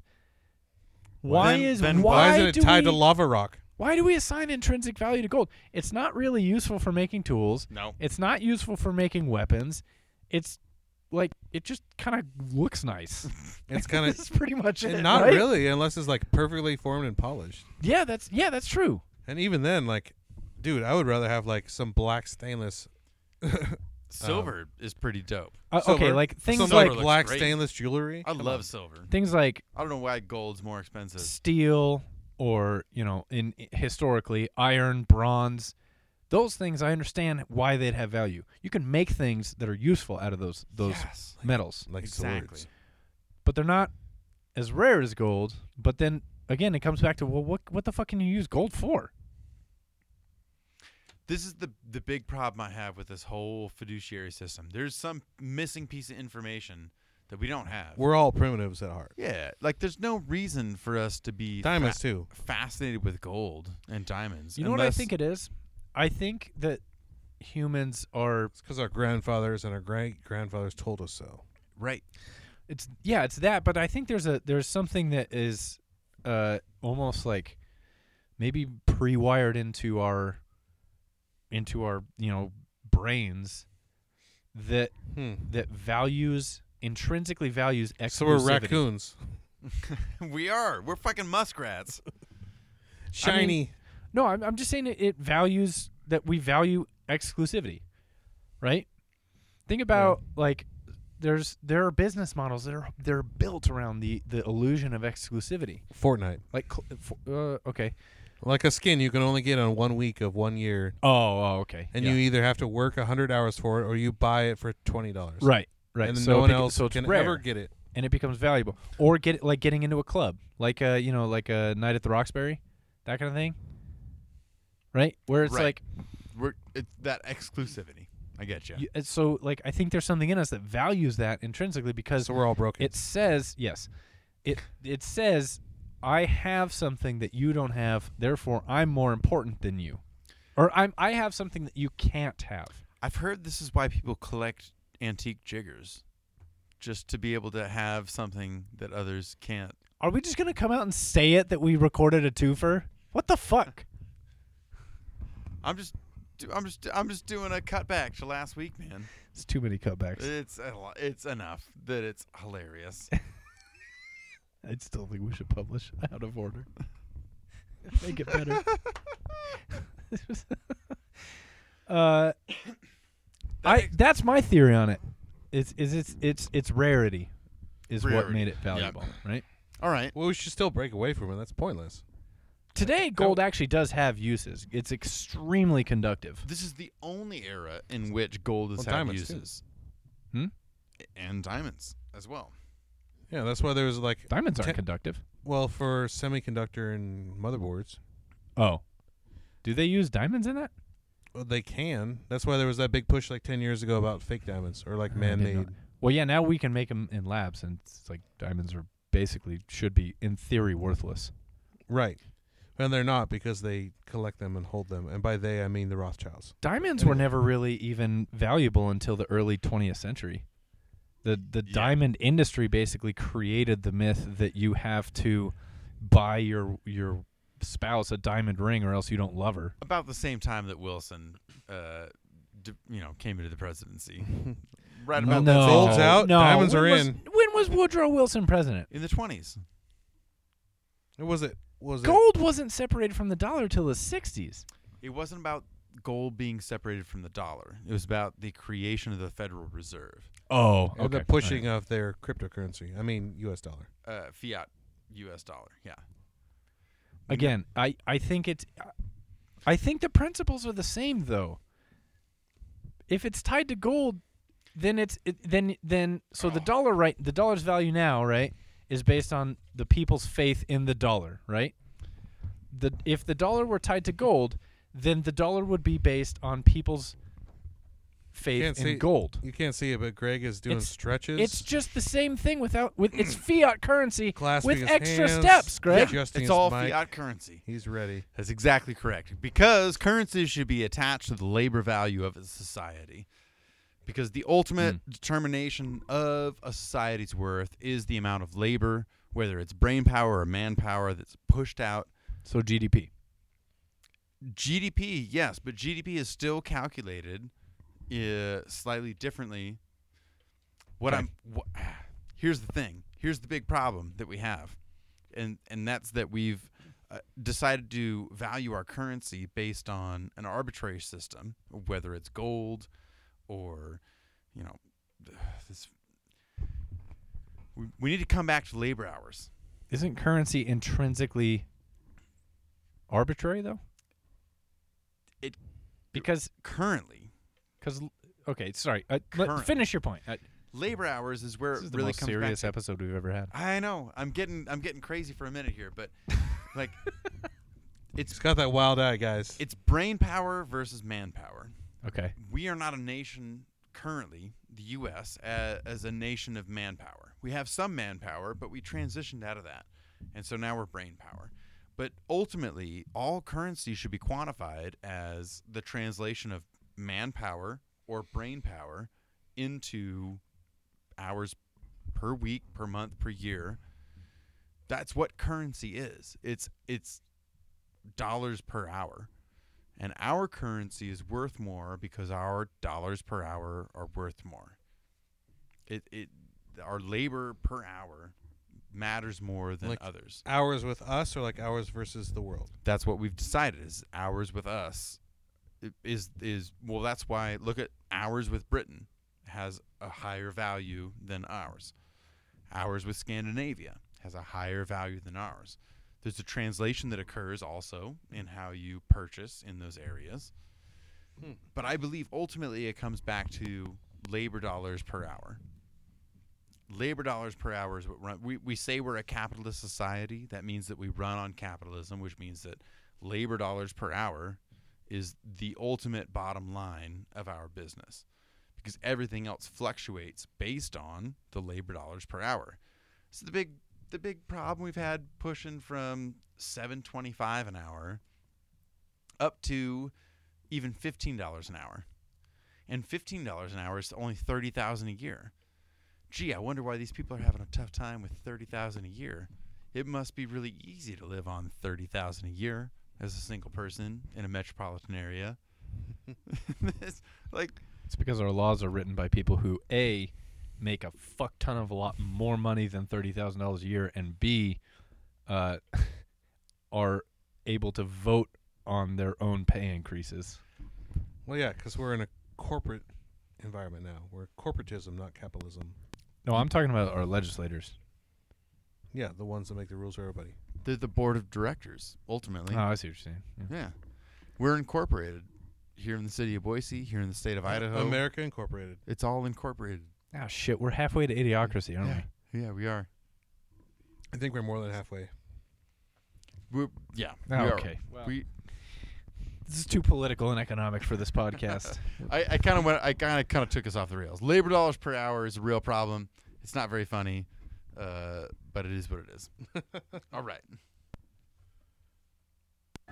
B: Why
A: Then-
B: is
A: then
B: why,
C: Why isn't
B: do
C: it tied
B: we,
C: to lava rock?
B: Why do we assign intrinsic value to gold? It's not really useful for making tools.
C: No.
B: It's not useful for making weapons. It's like it just kind of looks nice.
C: It's kind
B: That's pretty much it.
C: of not
B: right?
C: really, unless it's like perfectly formed and polished.
B: Yeah, that's yeah, that's true.
C: And even then, like, dude, I would rather have like some black stainless.
A: Silver is pretty dope.
B: Uh, okay,
C: silver-
B: like things
C: some,
A: silver
B: like
A: looks
C: black
A: great.
C: stainless jewelry.
A: I
C: Come
A: love
C: on.
A: silver.
B: things like
A: I don't know why gold's more expensive.
B: steel or you know in historically iron bronze those things i understand why they'd have value you can make things that are useful out of those those
A: Yes.
B: metals
C: like
A: Exactly.
C: swords.
B: but they're not as rare as gold but then again it comes back to well what what the fuck can you use gold for
A: This is the the big problem I have with this whole fiduciary system. There's some missing piece of information that we don't have.
C: We're all primitives at heart.
A: yeah, like there's no reason for us to be
C: Diamonds
A: fa-
C: too.
A: fascinated with gold and diamonds.
B: you know what i
A: unless-
B: think it is i think that humans are
C: It's because our grandfathers and our great grandfathers told us so.
A: right.
B: it's yeah it's that but i think there's a there's something that is uh almost like maybe pre-wired into our into our you know brains that
C: Hmm.
B: that values intrinsically values exclusivity.
C: So we're raccoons.
A: we are. We're fucking muskrats.
C: Shiny.
B: no i'm, I'm just saying it, it values that we value exclusivity right think about like there's there are business models that are they're built around the the illusion of exclusivity
C: Fortnite.
B: like cl- f- uh, okay
C: Like a skin you can only get on one week of one year,
B: Oh, oh, okay.
C: and
B: Yeah.
C: you either have to work 100 hours for it or you buy it for $20.
B: right, right.
C: And then
B: so
C: no
B: it
C: one
B: bec-
C: else
B: so it's
C: can
B: rare,
C: ever get it.
B: and it becomes valuable. Or get like getting into a club, like uh, you know, like a night at the Roxbury, that kind of thing. Right, where it's
A: Right.
B: like
A: We're it's that exclusivity. I get you.
B: you, it's uh, so like I think there's something in us that values that intrinsically because
C: So we're all broken.
B: it says yes, it it says I have something that you don't have, therefore I'm more important than you, or I'm I have something that you can't have.
A: I've heard this is why people collect antique jiggers, just to be able to have something that others can't.
B: Are we just gonna come out and say it that we recorded a twofer? What the fuck?
A: I'm just, do- I'm just, I'm just doing a cutback to last week, man.
B: It's too many cutbacks.
A: It's a lo- it's enough that it's hilarious.
B: I still think we should publish out of order. Make it better. uh, I that's my theory on it. It's is it's it's it's rarity is what
A: Rarity.
B: made it valuable, right?
A: All right.
C: well, we should still break away from it. That's pointless.
B: Today, gold actually does have uses. It's extremely conductive.
A: This is the only era in which gold has
C: Well,
A: had
C: diamonds, too.
A: uses.
B: Hmm?
A: And diamonds as well.
C: Yeah, that's why there was like
B: Diamonds aren't
C: Te-
B: conductive.
C: well for semiconductor and motherboards.
B: Oh, do they use diamonds in that?
C: Well, they can. That's why there was that big push like 10 years ago about fake diamonds or like
B: I didn't know-
C: man-made.
B: Well, yeah, now we can make them in labs, and it's like diamonds are basically should be in theory worthless.
C: Right. And they're not because they collect them and hold them. And by they I mean the Rothschilds.
B: Diamonds were never really even valuable until the early 20th century. The the
A: Yeah.
B: diamond industry basically created the myth that you have to buy your your spouse a diamond ring or else you don't love her.
A: About the same time that Wilson, uh, d- you know, came into the presidency. right about that same
B: Oh, no,
C: Gold's out,
B: no.
C: diamonds
B: When
C: are
B: was-
C: in.
B: When was Woodrow Wilson president?
A: in the 20s.
C: It was it was it
B: Gold wasn't separated from the dollar till the 60s.
A: It wasn't about gold being separated from the dollar. It was about the creation of the Federal Reserve,
B: Oh,
C: and the pushing of their cryptocurrency. I mean US dollar.
A: uh, fiat U.S. dollar. Yeah.
B: again i i think it's i think the principles are the same though if it's tied to gold then it's it, then then so the dollar right the dollar's value now right is based on the people's faith in the dollar right the if the dollar were tied to gold then the dollar would be based on people's faith
C: Can't
B: in
C: see-
B: gold
C: You can't see it, but Greg is doing
B: It's-
C: stretches.
B: it's just the same thing without with it's fiat currency
C: clasping
B: with
C: his
B: extra
C: hands,
B: steps greg
C: adjusting
A: it's
C: his
A: all
C: mic.
A: fiat currency.
C: He's ready.
A: That's exactly correct. Because currencies should be attached to the labor value of a society. Because the ultimate determination of a society's worth is the amount of labor whether it's brain power or manpower that's pushed out.
B: So GDP.
A: GDP, yes, but GDP is still calculated uh, slightly differently. What
B: Okay.
A: I'm wha- here's the thing. Here's the big problem that we have, and and that's that we've uh, decided to value our currency based on an arbitrary system, whether it's gold or you know this. We, we need to come back to labor hours.
B: Isn't currency intrinsically arbitrary though?
A: It-
B: because
A: Currently,
B: because okay, sorry. Uh, let,
A: Current.
B: finish your point. Uh,
A: labor hours is where
B: this is
A: it
B: the
A: really
B: most
A: comes back
B: serious
A: to
B: episode we've ever had.
A: I know. I'm getting I'm getting crazy for a minute here, but like
C: It's got that wild eye, guys.
A: it's brain power versus manpower.
B: Okay.
A: We are not a nation currently, the US a as a nation of manpower. We have some manpower, but we transitioned out of that. And so now we're brain power. But ultimately, all currency should be quantified as the translation of manpower or brain power into hours per week, per month, per year. That's what currency is. It's it's dollars per hour. And our currency is worth more because our dollars per hour are worth more. It it our labor per hour matters more than
C: Like-
A: others.
C: Hours with us or like hours versus the world?
A: That's what we've decided is hours with us i- is is well that's why look at hours with Britain has a higher value than ours. Hours with Scandinavia has a higher value than ours. There's a translation that occurs also in how you purchase in those areas. But I believe ultimately it comes back to labor dollars per hour. Labor dollars per hour is what run. We, we say we're a capitalist society. That means that we run on capitalism, which means that labor dollars per hour is the ultimate bottom line of our business because everything else fluctuates based on the labor dollars per hour. So the big the big problem we've had pushing from 7.25 an hour up to even $15 an hour. And $15 an hour is only 30,000 a year. Gee, I wonder why these people are having a tough time with 30,000 a year. It must be really easy to live on 30,000 a year as a single person in a metropolitan area. It's like
B: It's because our laws are written by people who a make a fuck ton of a lot more money than thirty thousand dollars a year, and b uh, are able to vote on their own pay increases.
C: Well, yeah, because we're in a corporate environment now. We're corporatism, not capitalism.
B: No, I'm talking about our legislators.
C: Yeah, the ones that make the rules for everybody.
A: They're the board of directors, ultimately.
B: Oh, I see what you're saying. Yeah.
A: yeah. We're incorporated here in the city of Boise, here in the state of Idaho.
C: America Incorporated.
A: it's all incorporated.
B: Ah, shit, we're halfway to idiocracy, aren't
A: yeah. Yeah, we are.
C: I think we're more than halfway.
A: We're, yeah.
B: we?
A: we
B: Oh,
A: are.
B: okay.
A: We,
B: This is too political and economic for this podcast.
A: I, I kind of went. I kind of kind of took us off the rails. Labor dollars per hour is a real problem. It's not very funny, uh, but it is what it is. all right.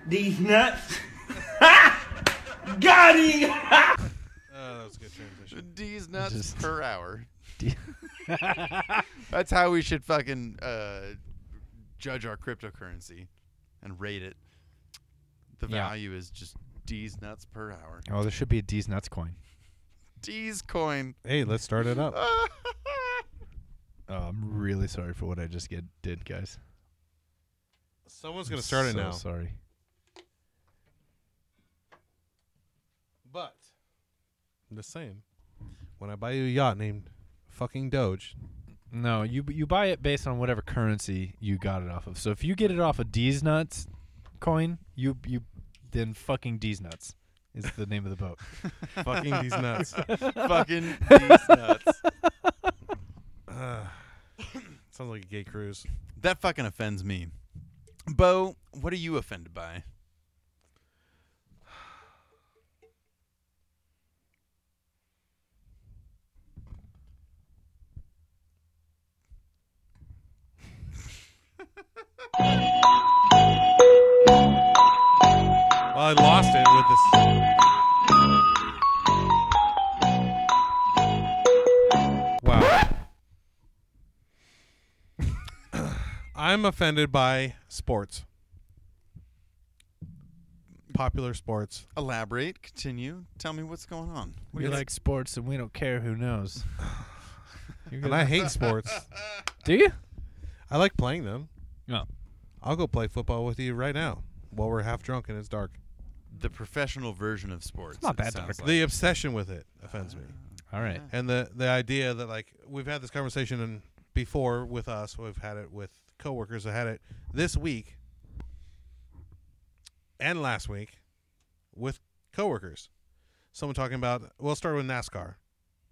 G: These nuts. Got him!
C: Oh, that was a good transition.
A: D's nuts
B: Just-
A: per hour.
B: D-
A: That's how we should fucking uh, judge our cryptocurrency and rate it. The
B: Yeah.
A: value is just D's nuts per hour.
B: oh, there should be a D's nuts coin.
A: D's coin.
C: Hey, let's start it up.
B: Oh, I'm really sorry for what I just get, did, guys.
C: Someone's gonna start it
B: so
C: now.
B: Sorry.
C: But I'm just saying, when I buy you a yacht named fucking Doge,
B: No, you you buy it based on whatever currency you got it off of. So if you get it off of D's nuts coin, you you then fucking D's nuts is the name of the boat.
C: fucking these nuts.
A: fucking D's nuts.
C: Sounds like a gay cruise.
A: That fucking offends me. Bo, what are you offended by?
C: Well, I lost it with this.
B: Wow.
C: I'm offended by sports. Popular sports.
A: Elaborate. Continue. Tell me what's going on. What do
B: We
A: you-
B: like sports, and we don't care who knows. You're
C: And I hate sports.
B: Do you?
C: I like playing them.
B: No.
C: I'll go play football with you right now while we're half drunk and it's dark.
A: the professional version of sports.
B: not
A: it
B: that
A: sounds
B: dark.
A: like.
C: The obsession with it offends me.
B: All right.
C: And the the idea that like we've had this conversation in, before with us, we've had it with coworkers, I had it this week and last week with coworkers. Someone talking about well, start with NASCAR.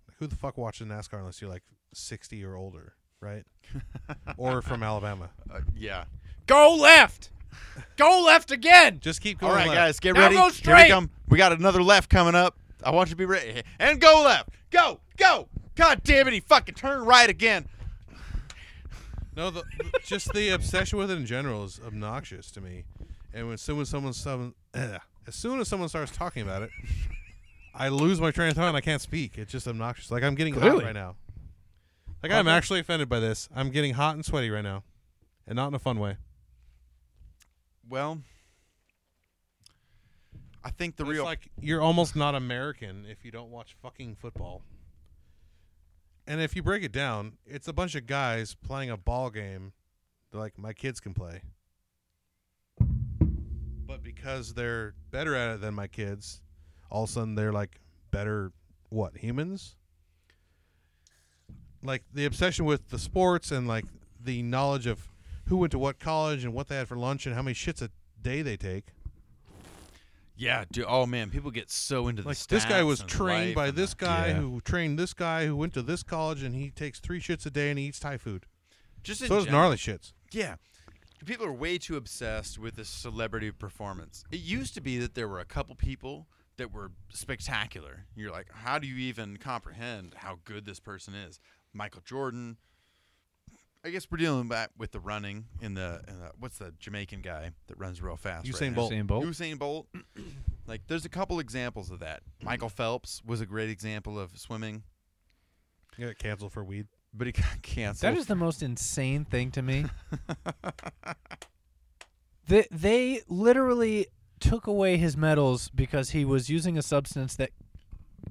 C: Like, who the fuck watches NASCAR unless you're like sixty or older, right? or from Alabama.
A: Uh, yeah.
B: Go left. Go left again.
C: Just keep going.
A: All right,
C: left.
A: guys, get
B: Now
A: ready.
B: go
A: Here
B: straight.
A: we come. We got another left coming up. I want you to be ready. And go left. Go. Go. God damn it! He fucking turned right again.
C: No, the, just the obsession with it in general is obnoxious to me. And when soon when someone someone as soon as someone starts talking about it, I lose my train of thought and I can't speak. It's just obnoxious. Like I'm getting hot
B: Clearly.
C: right now. Like I'm actually offended by this. I'm getting hot and sweaty right now, and not in a fun way.
A: Well, I think the
C: It's
A: real
C: like you're almost not American if you don't watch fucking football. And if you break it down, it's a bunch of guys playing a ball game that like my kids can play. But because they're better at it than my kids, all of a sudden they're like better what, humans? Like the obsession with the sports and like the knowledge of who went to what college and what they had for lunch and how many shits a day they take.
A: yeah, dude. Oh man, people get so into
C: Like
A: the
C: this guy
A: stats
C: was
A: and
C: trained
A: life
C: by
A: and
C: this
A: the-
C: guy
B: Yeah.
C: who trained this guy who went to this college and he takes three shits a day and he eats Thai food.
A: Just in
C: So does
A: general.
C: gnarly shits.
A: Yeah. People are way too obsessed with the celebrity performance. It used to be that there were a couple people that were spectacular. You're like, how do you even comprehend how good this person is? Michael Jordan. I guess we're dealing back with the running in the, in the what's the Jamaican guy that runs real fast? right
C: Usain
A: now?
C: Bolt.
B: Usain Bolt.
A: Usain Bolt. like, there's a couple examples of that. Michael Phelps was a great example of swimming,
C: You got canceled for weed.
A: but he got canceled.
B: That is the most insane thing to me. that they literally took away his medals because he was using a substance that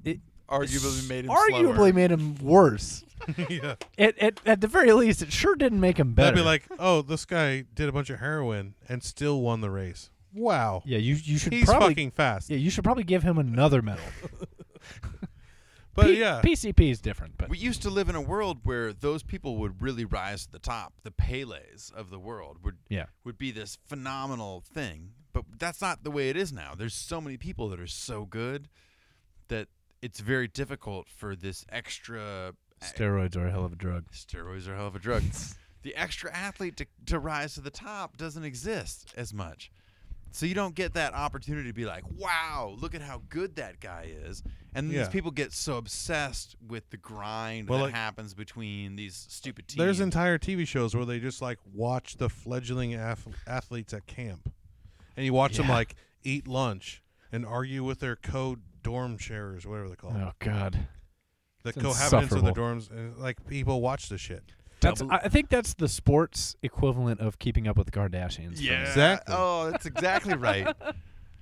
B: it
A: arguably made him
B: arguably
A: slower.
B: made him worse.
C: yeah.
B: It, it at the very least, it sure didn't make him better.
C: That'd be like, oh, this guy did a bunch of heroin and still won the race. Wow.
B: yeah, you you should
C: He's
B: probably
C: fucking fast.
B: yeah you should probably give him another medal.
C: But
B: P-
C: yeah.
B: PCP is different, but
A: We used to live in a world where those people would really rise to the top. The Pelés of the world would
B: Yeah.
A: would be this phenomenal thing. But that's not the way it is now. There's so many people that are so good that it's very difficult for this extra
B: steroids are a hell of a drug.
A: steroids are a hell of a drug. the extra athlete to, to rise to the top doesn't exist as much. So you don't get that opportunity to be like, wow, look at how good that guy is. And
C: Yeah.
A: these people get so obsessed with the grind
C: Well,
A: that
C: like-
A: happens between these stupid teams.
C: There's entire TV shows where they just like watch the fledgling ath- athletes at camp, and you watch them
B: Yeah.
C: like eat lunch and argue with their co-dorm sharers, whatever they call
B: Oh God,
C: the
B: It's
C: cohabitants of the
B: insufferable.
C: dorms. and, Like people watch this shit.
B: that's
A: Double-
B: I I think that's the sports equivalent of keeping up with the Kardashians. for me.
A: yeah.
C: Exactly.
A: Oh, that's exactly right.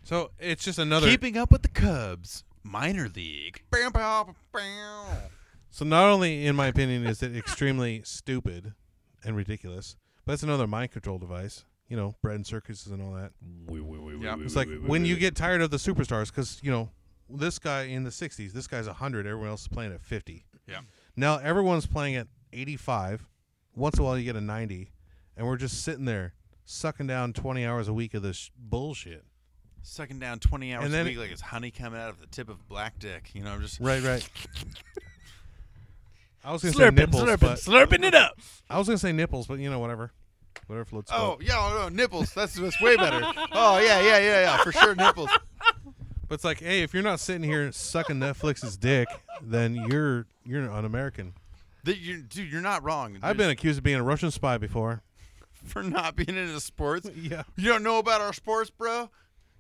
C: So it's just another.
A: Keeping up with the Cubs, minor league. Bam, bam, bam.
C: so not only, in my opinion, is it extremely stupid and ridiculous, but it's another mind control device. You know, bread and circuses and all that.
A: Yeah.
C: It's like when you get tired of the superstars, because you know this guy in the '60s, this guy's 100, everyone else is playing at 50.
A: Yeah.
C: Now everyone's playing at 85. Once in a while, you get a 90, and we're just sitting there sucking down 20 hours a week of this sh- bullshit.
A: Sucking down 20 hours
C: And then-
A: a week like it's honey coming out of the tip of a black dick. You know, I'm just
C: Right, right. I was gonna
B: Slurping,
C: say nipples,
B: slurping,
C: but
B: slurping it up.
C: I was gonna say nipples, but you know whatever, whatever floats. your
A: Oh
C: boat.
A: yeah, oh, no, nipples. That's that's way better. Oh yeah, yeah, yeah, yeah, for sure nipples.
C: but it's like, hey, if you're not sitting here sucking Netflix's dick, then you're you're an american
A: The, you, dude, you're not wrong.
C: I've been
A: There's-
C: accused of being a Russian spy before.
A: for not being into sports.
C: Yeah.
A: You don't know about our sports, bro.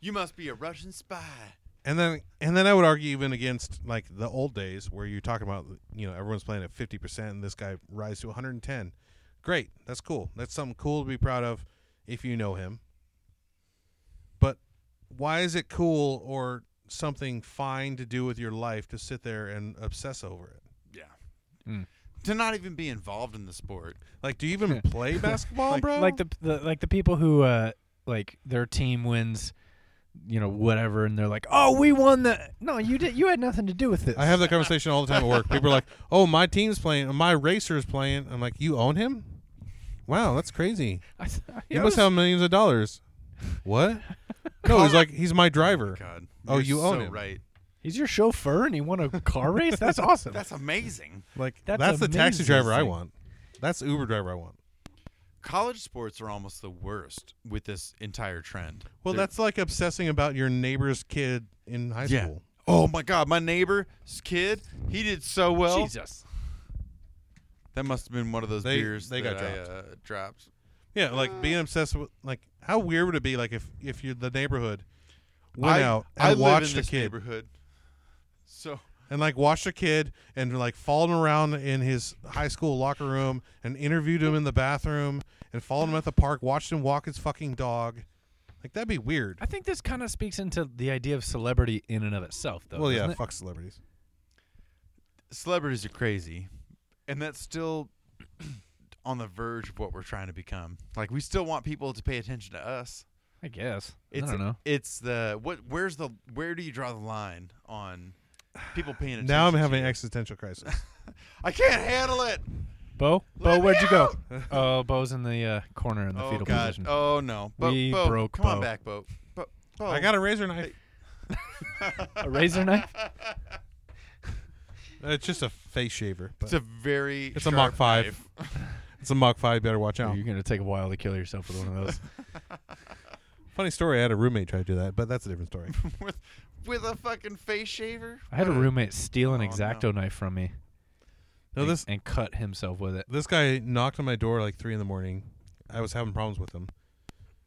A: You must be a Russian spy.
C: And then and then I would argue even against like the old days where you're talking about you know everyone's playing at 50% and this guy rise to 110. Great. That's cool. That's something cool to be proud of if you know him. But why is it cool or something fine to do with your life to sit there and obsess over it?
A: Yeah.
B: Mm.
A: Hmm. To not even be involved in the sport.
C: Like, do you even play basketball,
B: like,
C: bro?
B: like the, the like the people who uh like their team wins, you know whatever, and they're like, oh, we won the. No, you did. You had nothing to do with this.
C: I have that conversation all the time at work. People are like, "Oh, my team's playing, my racer's playing." I'm like, "You own him? Wow, that's crazy.
B: I, s-
C: He
B: I
C: must
B: was-
C: have millions of dollars." What? No, he's like, he's my driver.
A: God.
C: Oh,
A: You're
C: you own
A: so
C: him.
A: right.
B: He's your chauffeur, and he won a car race. That's awesome.
A: That's amazing.
C: Like,
B: That's
C: that's, the taxi
B: amazing.
C: driver I want. That's the Uber driver I want.
A: College sports are almost the worst with this entire trend.
C: Well,
A: They're-
C: that's like obsessing about your neighbor's kid in high
A: yeah.
C: school.
A: Oh my God, my neighbor's kid, he did so well.
B: Jesus.
A: That must have been one of those
C: They-
A: beers
C: they got
A: that I, uh, dropped.
C: Yeah, like being obsessed with like how weird would it be like if if you the neighborhood went
A: I,
C: out and
A: I live
C: watched
A: in
C: the
A: this
C: kid
A: neighborhood. So
C: and like watched a kid and like followed him around in his high school locker room and interviewed him in the bathroom and followed him at the park, watched him walk his fucking dog. Like that'd be weird.
B: I think this kind of speaks into the idea of celebrity in and of itself, though.
C: Well,
B: doesn't
C: yeah,
B: it?
C: fuck celebrities.
A: celebrities are crazy, and that's still on the verge of what we're trying to become. Like we still want people to pay attention to us.
B: I guess.
A: It's
B: I don't know.
A: it's the what? Where's the where do you draw the line on people paying attention?
C: Now I'm
A: to
C: having
A: you?
C: an existential crisis.
A: I can't handle it.
B: Bo,
A: Let
B: Bo,
A: me
B: where'd you go? Oh, Bo's in the uh, corner in the
A: Oh
B: fetal
A: God!
B: position.
A: Oh no! Bo,
B: We
A: Bo,
B: broke
A: Come on
B: Bo.
A: back, Bo. Bo, Bo.
C: I got a razor knife.
B: A razor knife.
C: It's just a face shaver. But
A: It's a very.
C: It's a Mach
A: sharp
C: five.
A: knife.
C: it's a Mach Five. Better watch out.
B: You're gonna take a while to kill yourself with one of those.
C: Funny story. I had a roommate try to do that, but that's a different story.
A: with with a fucking face shaver.
B: I had a roommate steal an
A: Uh, Oh, no.
B: exacto knife from me
C: no,
B: and,
C: this
B: and cut himself with it.
C: this guy knocked on my door like three in the morning. I was having problems with him,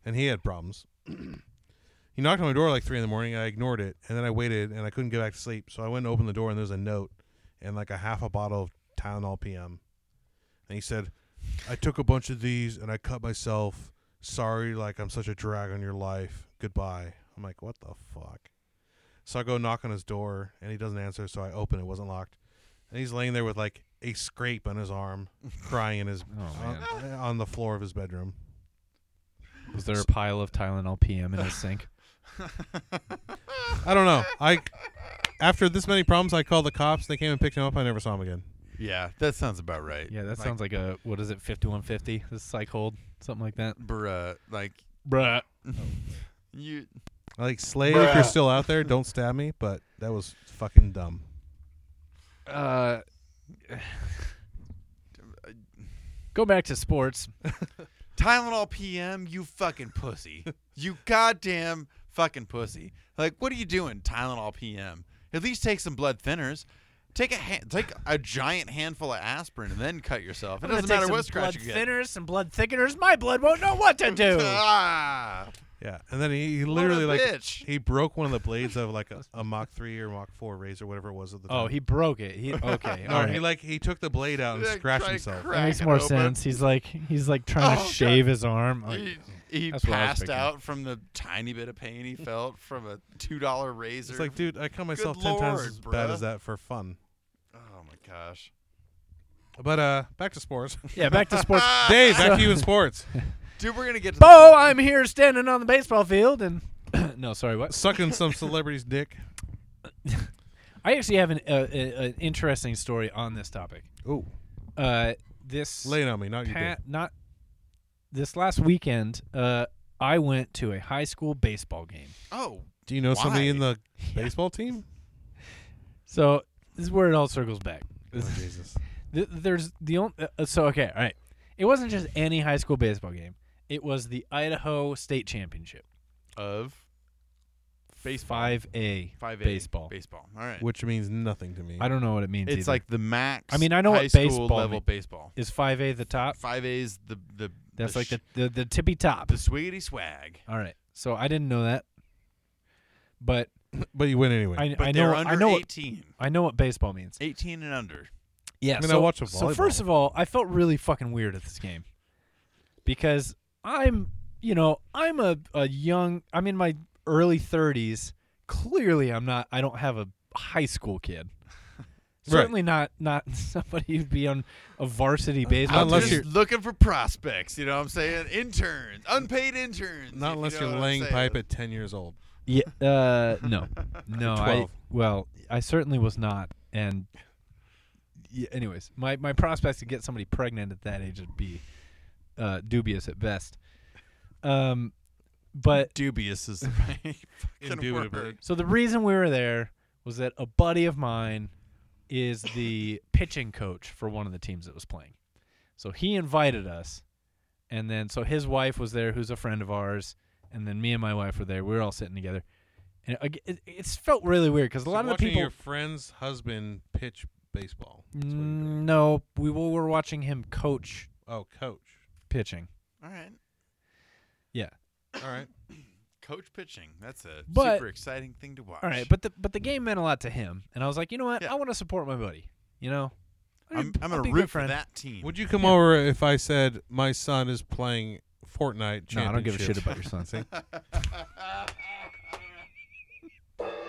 C: and he had problems. he knocked on my door like three in the morning. I ignored it, and then I waited, and I couldn't get back to sleep. So I went and opened the door, and there's a note and like a half a bottle of Tylenol PM. And he said, "I took a bunch of these, and I cut myself. Sorry, like I'm such a drag on your life. Goodbye." I'm like, "What the fuck?" So I go knock on his door, and he doesn't answer. So I open it, wasn't locked, and he's laying there with like a scrape on his arm, crying in his
B: Oh,
A: Um,
B: man.
C: on, on the floor of his bedroom.
B: Was there a pile of Tylenol PM in his sink?
C: I don't know. I after this many problems, I called the cops. They came and picked him up. I never saw him again.
A: Yeah, that sounds about right.
B: Yeah, that
A: Like-
B: sounds like a what is it, fifty-one fifty? This psych hold, something like that.
A: Bruh, like
B: Bruh.
A: you.
C: Like Slade, if you're still out there, don't stab me. But that was fucking dumb.
B: Uh, go back to sports.
A: Tylenol PM, you fucking pussy. you goddamn fucking pussy. Like, what are you doing, Tylenol PM? At least take some blood thinners. Take a ha- take a giant handful of aspirin and then cut yourself. It doesn't matter what scratch you get.
B: thinners, some blood thickeners. My blood won't know what to do.
A: Ah,
C: Yeah, and then he, he literally
A: a
C: like
A: bitch.
C: he broke one of the blades of like a, a Mach three or Mach four razor, whatever it was at the time.
B: oh, he broke it. He okay.
C: no,
B: all right.
C: he like he took the blade out and
A: Like,
C: scratched
A: try
C: himself.
A: crack
B: that makes
A: it
B: more
A: open.
B: sense. He's like he's like trying
A: Oh,
B: to shave his arm. Like,
C: mm.
A: He, he
B: That's what I was
A: passed
B: thinking.
A: out from the tiny bit of pain he felt from a two dollar razor.
C: It's like, dude, I cut myself ten
A: lord,
C: times as bad
A: bruh.
C: as that for fun.
A: oh my gosh.
C: But uh, back to sports.
B: yeah, back to sports.
C: Dave, back to you in sports.
A: Dude, we're gonna get to the
B: Bo, I'm here standing on the baseball field, and no, sorry, what?
C: Sucking some celebrity's dick.
B: I actually have an uh, a, an interesting story on this topic.
C: Ooh,
B: Uh, this
C: laying on me, not you, Dave.
B: Pat, not this last weekend. Uh, I went to a high school baseball game.
A: Oh,
C: Do you know somebody
A: Why?
C: in the baseball team?
B: So this is where it all circles back.
C: Oh, Jesus.
B: Th- There's the only uh, so okay, all right. It wasn't just any high school baseball game. It was the Idaho State Championship,
A: of baseball.
B: five A,
A: 5A
B: baseball.
A: Baseball. All right.
C: Which means nothing to me.
B: I don't know what it means.
A: it's
B: either.
A: like the max.
B: I mean, I know
A: high
B: what
A: school
B: baseball
A: level
B: mean-
A: baseball.
B: is five A the top?
A: Five A's the the.
B: That's
A: the
B: like
A: sh-
B: the, the the tippy top.
A: the swiggity swag.
B: All right. So I didn't know that, but
C: but you win anyway.
B: I,
A: But
B: I
A: they're
B: know
A: under
B: I know what,
A: eighteen.
B: I know what baseball means.
A: Eighteen and under.
B: Yeah,
C: mean, I
B: so,
C: watch a
B: So
C: volleyball.
B: first of all, I felt really fucking weird at this game because I'm, you know, I'm a, a young, I'm in my early 30s. Clearly, I'm not. I don't have a high school kid. Certainly not not somebody who'd be on a varsity baseball.
A: I'm
C: Unless
A: just
B: team.
C: you're-
A: looking for prospects, you know what I'm saying? Interns, unpaid interns.
C: Not
A: you
C: unless
A: know
C: you're
A: what I'm
C: laying
A: saying?
C: pipe at 10 years old.
B: Yeah. Uh, no. No. I,
C: 12.
B: well, I certainly was not. And yeah, anyways, my, my prospects to get somebody pregnant at that age would be uh, dubious at best. Um, but
A: dubious is the right fucking
C: Indubitably.
A: word.
B: so the reason we were there was that a buddy of mine is the pitching coach for one of the teams that was playing. So he invited us, and then so his wife was there, who's a friend of ours, and then me and my wife were there. We were all sitting together, and it, it, it's felt really weird because a lot of the
C: watching
B: people.
C: your friend's husband pitch baseball. That's what you're doing.
B: Mm, no, we were, were watching him coach
C: Oh, coach.
B: pitching.
A: All right.
B: Yeah.
C: All right.
A: Coach pitching. That's a
B: But-
A: super exciting thing to watch.
B: All right, but the but the game meant a lot to him, and I was like, you know what?
A: Yeah.
B: I want to support my buddy. You know, I'll be-
A: I'm, I'm
B: I'll
A: gonna
B: be a
A: root
B: good
A: for
B: friend.
A: that team.
C: Would you come over if I said my son is playing Fortnite?
B: No, I don't give a shit about
C: championships?"
B: your son.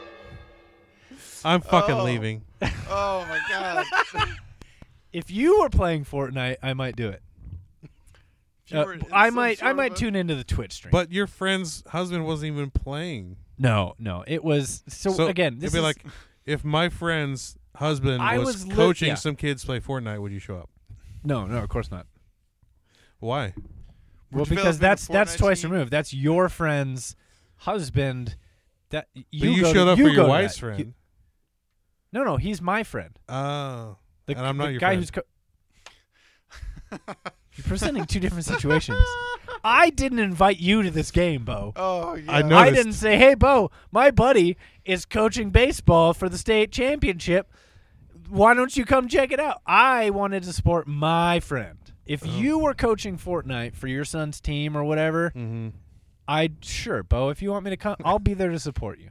C: I'm fucking
A: Oh.
C: leaving.
A: oh my god!
B: Uh, if you were playing Fortnite, I might do it.
A: If you
B: Uh,
A: were in
B: I
A: some
B: might I
A: sort
B: might
A: of a-
B: tune into the Twitch stream.
C: But your friend's husband wasn't even playing.
B: no, no, it was so,
C: So
B: again. This
C: it'd be
B: is,
C: like if my friend's husband
B: I
C: was,
B: was lit-
C: coaching
B: yeah.
C: some kids play Fortnite, would you show up?
B: no, no, of course not.
C: Why?
B: Well,
A: developing
B: because
A: a
B: that's that's
A: Fortnite
B: twice
A: team.
B: removed. That's your friend's husband. That you,
C: but you
B: go to-
C: showed up
B: you
C: for
B: go
C: your
B: to
C: wife's
B: that. You-
C: friend.
B: no, no, he's my friend.
C: oh,
B: The,
C: And I'm
B: the
C: not your
B: guy
C: friend.
B: who's. Co- You're presenting two different situations. I didn't invite you to this game, Bo.
A: Oh yeah.
C: I know-
B: I
C: noticed.
B: didn't say, "Hey, Bo, my buddy is coaching baseball for the state championship. Why don't you come check it out?" I wanted to support my friend.
C: Oh.
B: If you were coaching Fortnite for your son's team or whatever,
C: Mm-hmm.
B: I'd sure, Bo. If you want me to come, I'll be there to support you.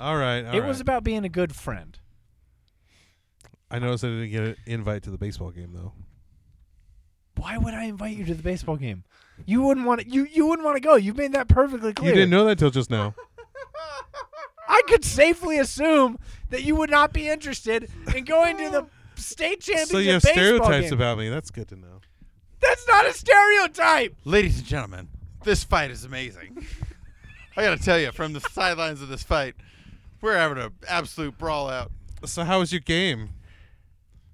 C: all right. all
B: it was
C: right.
B: about being a good friend.
C: I noticed I didn't get an invite to the baseball game though.
B: Why would I invite you to the baseball game? You wouldn't want to, you you wouldn't want to go. You made that perfectly clear.
C: You didn't know that till just now.
B: I could safely assume that you would not be interested in going to the state championship
C: so you have
B: baseball
C: stereotypes
B: game.
C: about me. That's good to know.
B: That's not a stereotype.
A: Ladies and gentlemen, this fight is amazing. I gotta tell you, from the sidelines of this fight, we're having an absolute brawl out.
C: So how was your game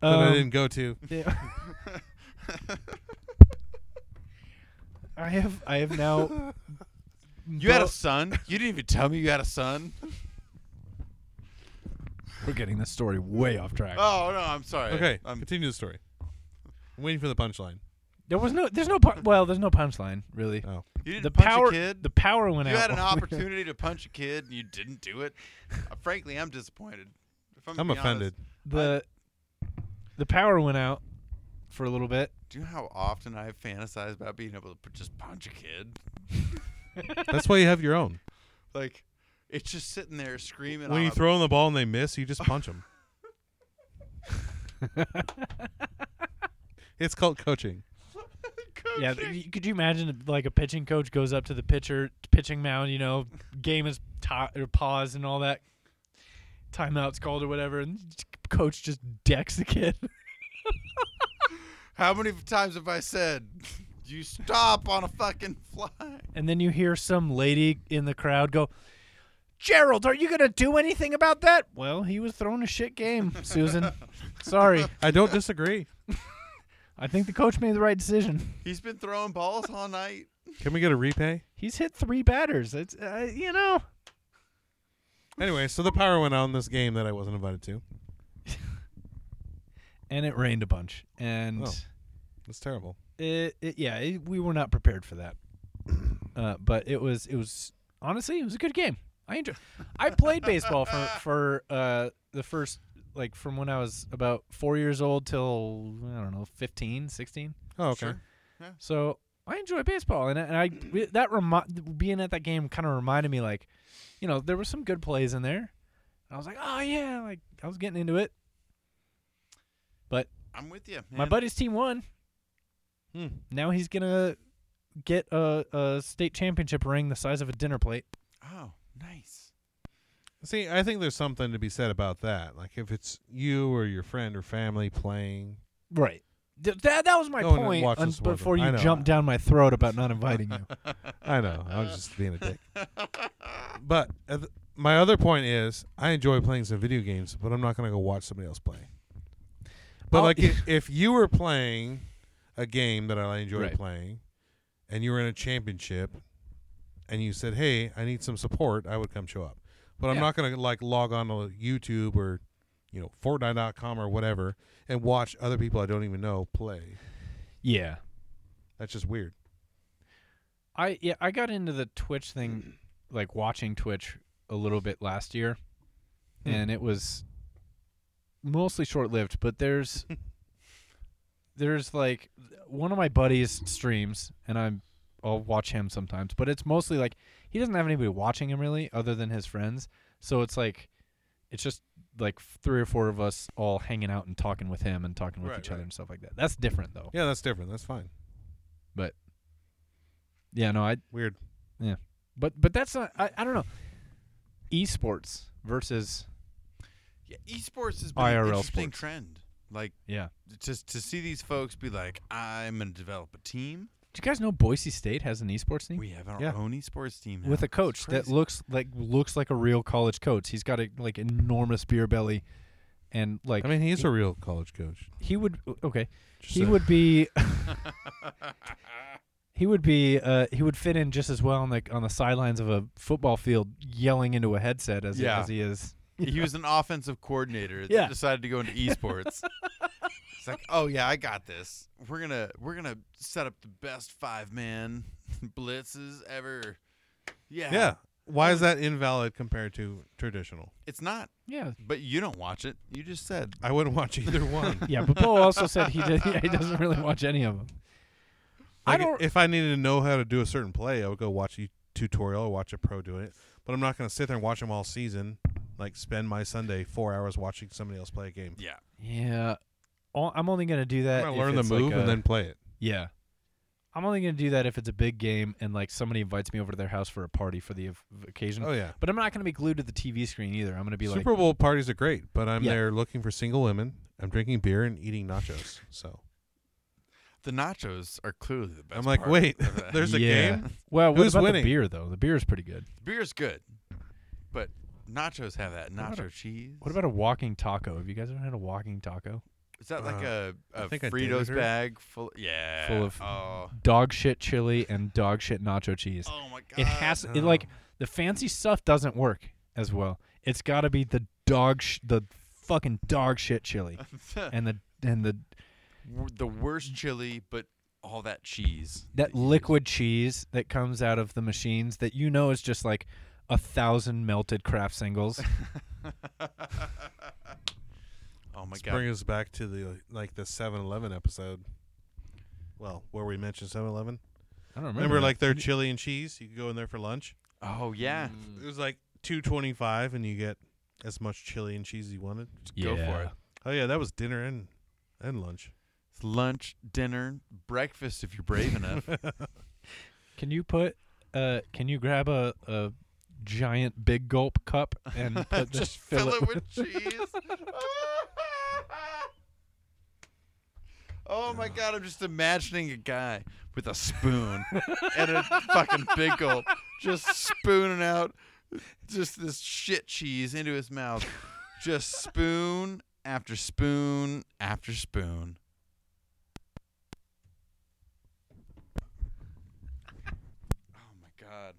C: that
A: Um,
C: I
B: Um,
C: didn't go to?
B: I have I have now.
A: You had a son. You didn't even tell me you had a son.
B: We're getting this story way off track.
A: Oh no, I'm sorry. Um,
C: Okay,
A: I'm,
C: continue the story. I'm waiting for the punchline.
B: there was no. There's no. Pu- well, there's no punchline really.
C: Oh,
A: you didn't
B: the
A: punch
B: power.
A: a kid.
B: The power went
A: you
B: out.
A: had an
B: while we were-
A: opportunity to punch a kid and you didn't do it. Uh, frankly, I'm disappointed. If I'm,
C: I'm
A: being honest,
C: offended.
B: The the power went out for a little bit.
A: do you know how often I've fantasized about being able to p- just punch a kid?
C: That's why you have your own.
A: Like, it's just sitting there screaming.
C: When
A: on
C: you
A: a-
C: throw in the ball and they miss, you just punch them. it's called coaching.
A: Coach,
B: Yeah,
A: you're-
B: th- could you imagine if, like a pitching coach goes up to the pitcher pitching mound, you know, game is ti or pause and all that, timeouts called or whatever, and coach just decks the kid.
A: How many times have I said, you stop on a fucking fly?
B: and then you hear some lady in the crowd go, "Gerald, are you going to do anything about that?" Well, he was throwing a shit game, Susan. Sorry.
C: I don't disagree.
B: I think the coach made the right decision.
A: He's been throwing balls all night.
C: Can we get a repay?
B: He's hit 3 batters. It's uh, you know,
C: Anyway, so the power went out in this game that I wasn't invited to.
B: and it rained a bunch. And
C: Oh. That's terrible.
B: it, it yeah it, we were not prepared for that uh, but it was it was honestly it was a good game i enjoyed i played baseball for for uh, the first like from when i was about four years old till i don't know 15 16
C: Oh, okay.
A: Sure.
B: so i enjoy baseball and, I- and i that remi- being at that game kind of reminded me like you know there were some good plays in there and i was like oh yeah like i was getting into it But
A: I'm with you.
B: my
A: man.
B: buddy's team won.
C: Hmm.
B: Now he's gonna get a, a state championship ring the size of a dinner plate.
A: Oh, nice.
C: See, I think there's something to be said about that. Like if it's you or your friend or family playing.
B: Right. that that was my
C: Go and
B: point
C: watch
B: un-
C: us watch
B: before
C: them. I
B: you
C: know.
B: jumped down my throat about not inviting you.
C: I know. I was just being a dick. But uh, th- my other point is, I enjoy playing some video games, but I'm not going to go watch somebody else play. But
B: I'll-
C: like, if, if you were playing a game that I enjoy
B: Right.
C: playing, and you were in a championship, and you said, "Hey, I need some support," I would come show up. But I'm
B: Yeah.
C: not going to like log on to YouTube or you know Fortnite.com or whatever and watch other people I don't even know play.
B: Yeah.
C: That's just weird.
B: I yeah, I got into the Twitch thing
C: Mm-hmm.
B: like watching Twitch a little bit last year.
C: Mm.
B: And it was mostly short-lived, but there's there's like one of my buddies streams and I'm I'll watch him sometimes, but it's mostly like he doesn't have anybody watching him really other than his friends. So it's like it's just like three or four of us all hanging out and talking with him and talking with
C: Right,
B: each
C: right.
B: other and stuff like that. That's different though.
C: Yeah, that's different. That's fine.
B: But yeah, no, I
C: Weird.
B: but but that's not. I, I don't know. Esports versus
A: Yeah, esports has been an
B: IRL
A: interesting
B: sports.
A: trend. Like
B: yeah.
A: just to see these folks be like, I'm gonna develop a team.
B: Do you guys know Boise State has an esports team
A: We have our
C: Yeah.
A: own esports team now.
B: with a
A: It's
B: coach that
A: crazy.
B: looks like looks like a real college coach? He's got a like enormous beer belly, and like
C: I mean, he's a real college coach.
B: he would okay.
C: Just
B: he
C: a-
B: would be. He would be. Uh, he would fit in just as well on the on the sidelines of a football field, yelling into a headset as,
A: Yeah.
B: as he is.
A: he was an offensive coordinator that
B: Yeah.
A: decided to go into esports. it's like, oh yeah, I got this. We're gonna we're gonna set up the best five man blitzes ever. Yeah,
C: Yeah. Why is that invalid compared to traditional?
A: It's not,
B: Yeah,
A: but you don't watch it. You just said
C: I wouldn't watch either one.
B: yeah. But Bo also said he did, he doesn't really watch any of them. I
C: Like,
B: don't.
C: If I needed to know how to do a certain play, I would go watch a tutorial or watch a pro doing it. But I'm not going to sit there and watch them all season. Like spend my Sunday four hours watching somebody else play a game.
A: yeah.
B: Yeah. All, I'm only going to do
C: I'm
B: that.
C: going
B: if
C: to learn the
B: it's like
C: move
B: a-
C: and then play it.
B: Yeah. I'm only going to do that if it's a big game and like somebody invites me over to their house for a party for the ev- occasion.
C: Oh yeah.
B: But I'm not going to be glued to the TV screen either. I'm going to be
C: Super
B: like,
C: Bowl parties are great, but I'm
B: Yeah.
C: there looking for single women. I'm drinking beer and eating nachos. So
A: The nachos are clearly the best.
C: I'm like,
A: part
C: wait,
A: of that.
C: there's a
B: Yeah.
C: game.
B: well, what
C: Who's
B: about
C: winning?
B: the beer though? The beer's pretty good.
A: beer's good, but nachos have that
B: about
A: nacho
B: a-
A: cheese.
B: What about a walking taco? Have you guys ever had a walking taco?
A: Is that like
C: Uh,
A: a, a
C: think I dated
A: Fritos
C: her.
A: bag full? Yeah,
B: Full of-
A: oh,
B: Dog shit chili and dog shit nacho cheese.
A: oh my god.
B: it has it
C: no.
B: like the fancy stuff doesn't work as well. It's got to be the dog sh- the fucking dog shit chili and the and the
A: w- the worst chili, but all that cheese.
B: that
A: you use.
B: liquid cheese that comes out of the machines that you know is just like a thousand melted craft singles.
A: Oh my
C: This
A: god.
C: brings us back to the like the 7-Eleven episode. Well, where we mentioned 7-Eleven.
B: I don't
C: Remember, like their chili and cheese? You could go in there for lunch.
A: Oh yeah.
C: It was like two twenty five, and you get as much chili and cheese as you wanted.
A: Go for it.
C: Oh yeah, that was dinner and and lunch.
A: It's lunch, dinner, breakfast if you're brave enough.
B: Can you put? Uh, can you grab a, a giant big gulp cup and put
A: Just
B: the,
A: fill it with cheese. oh my god, I'm just imagining a guy with a spoon and a fucking big gulp just spooning out just this shit cheese into his mouth. Just spoon after spoon after spoon. Oh my god.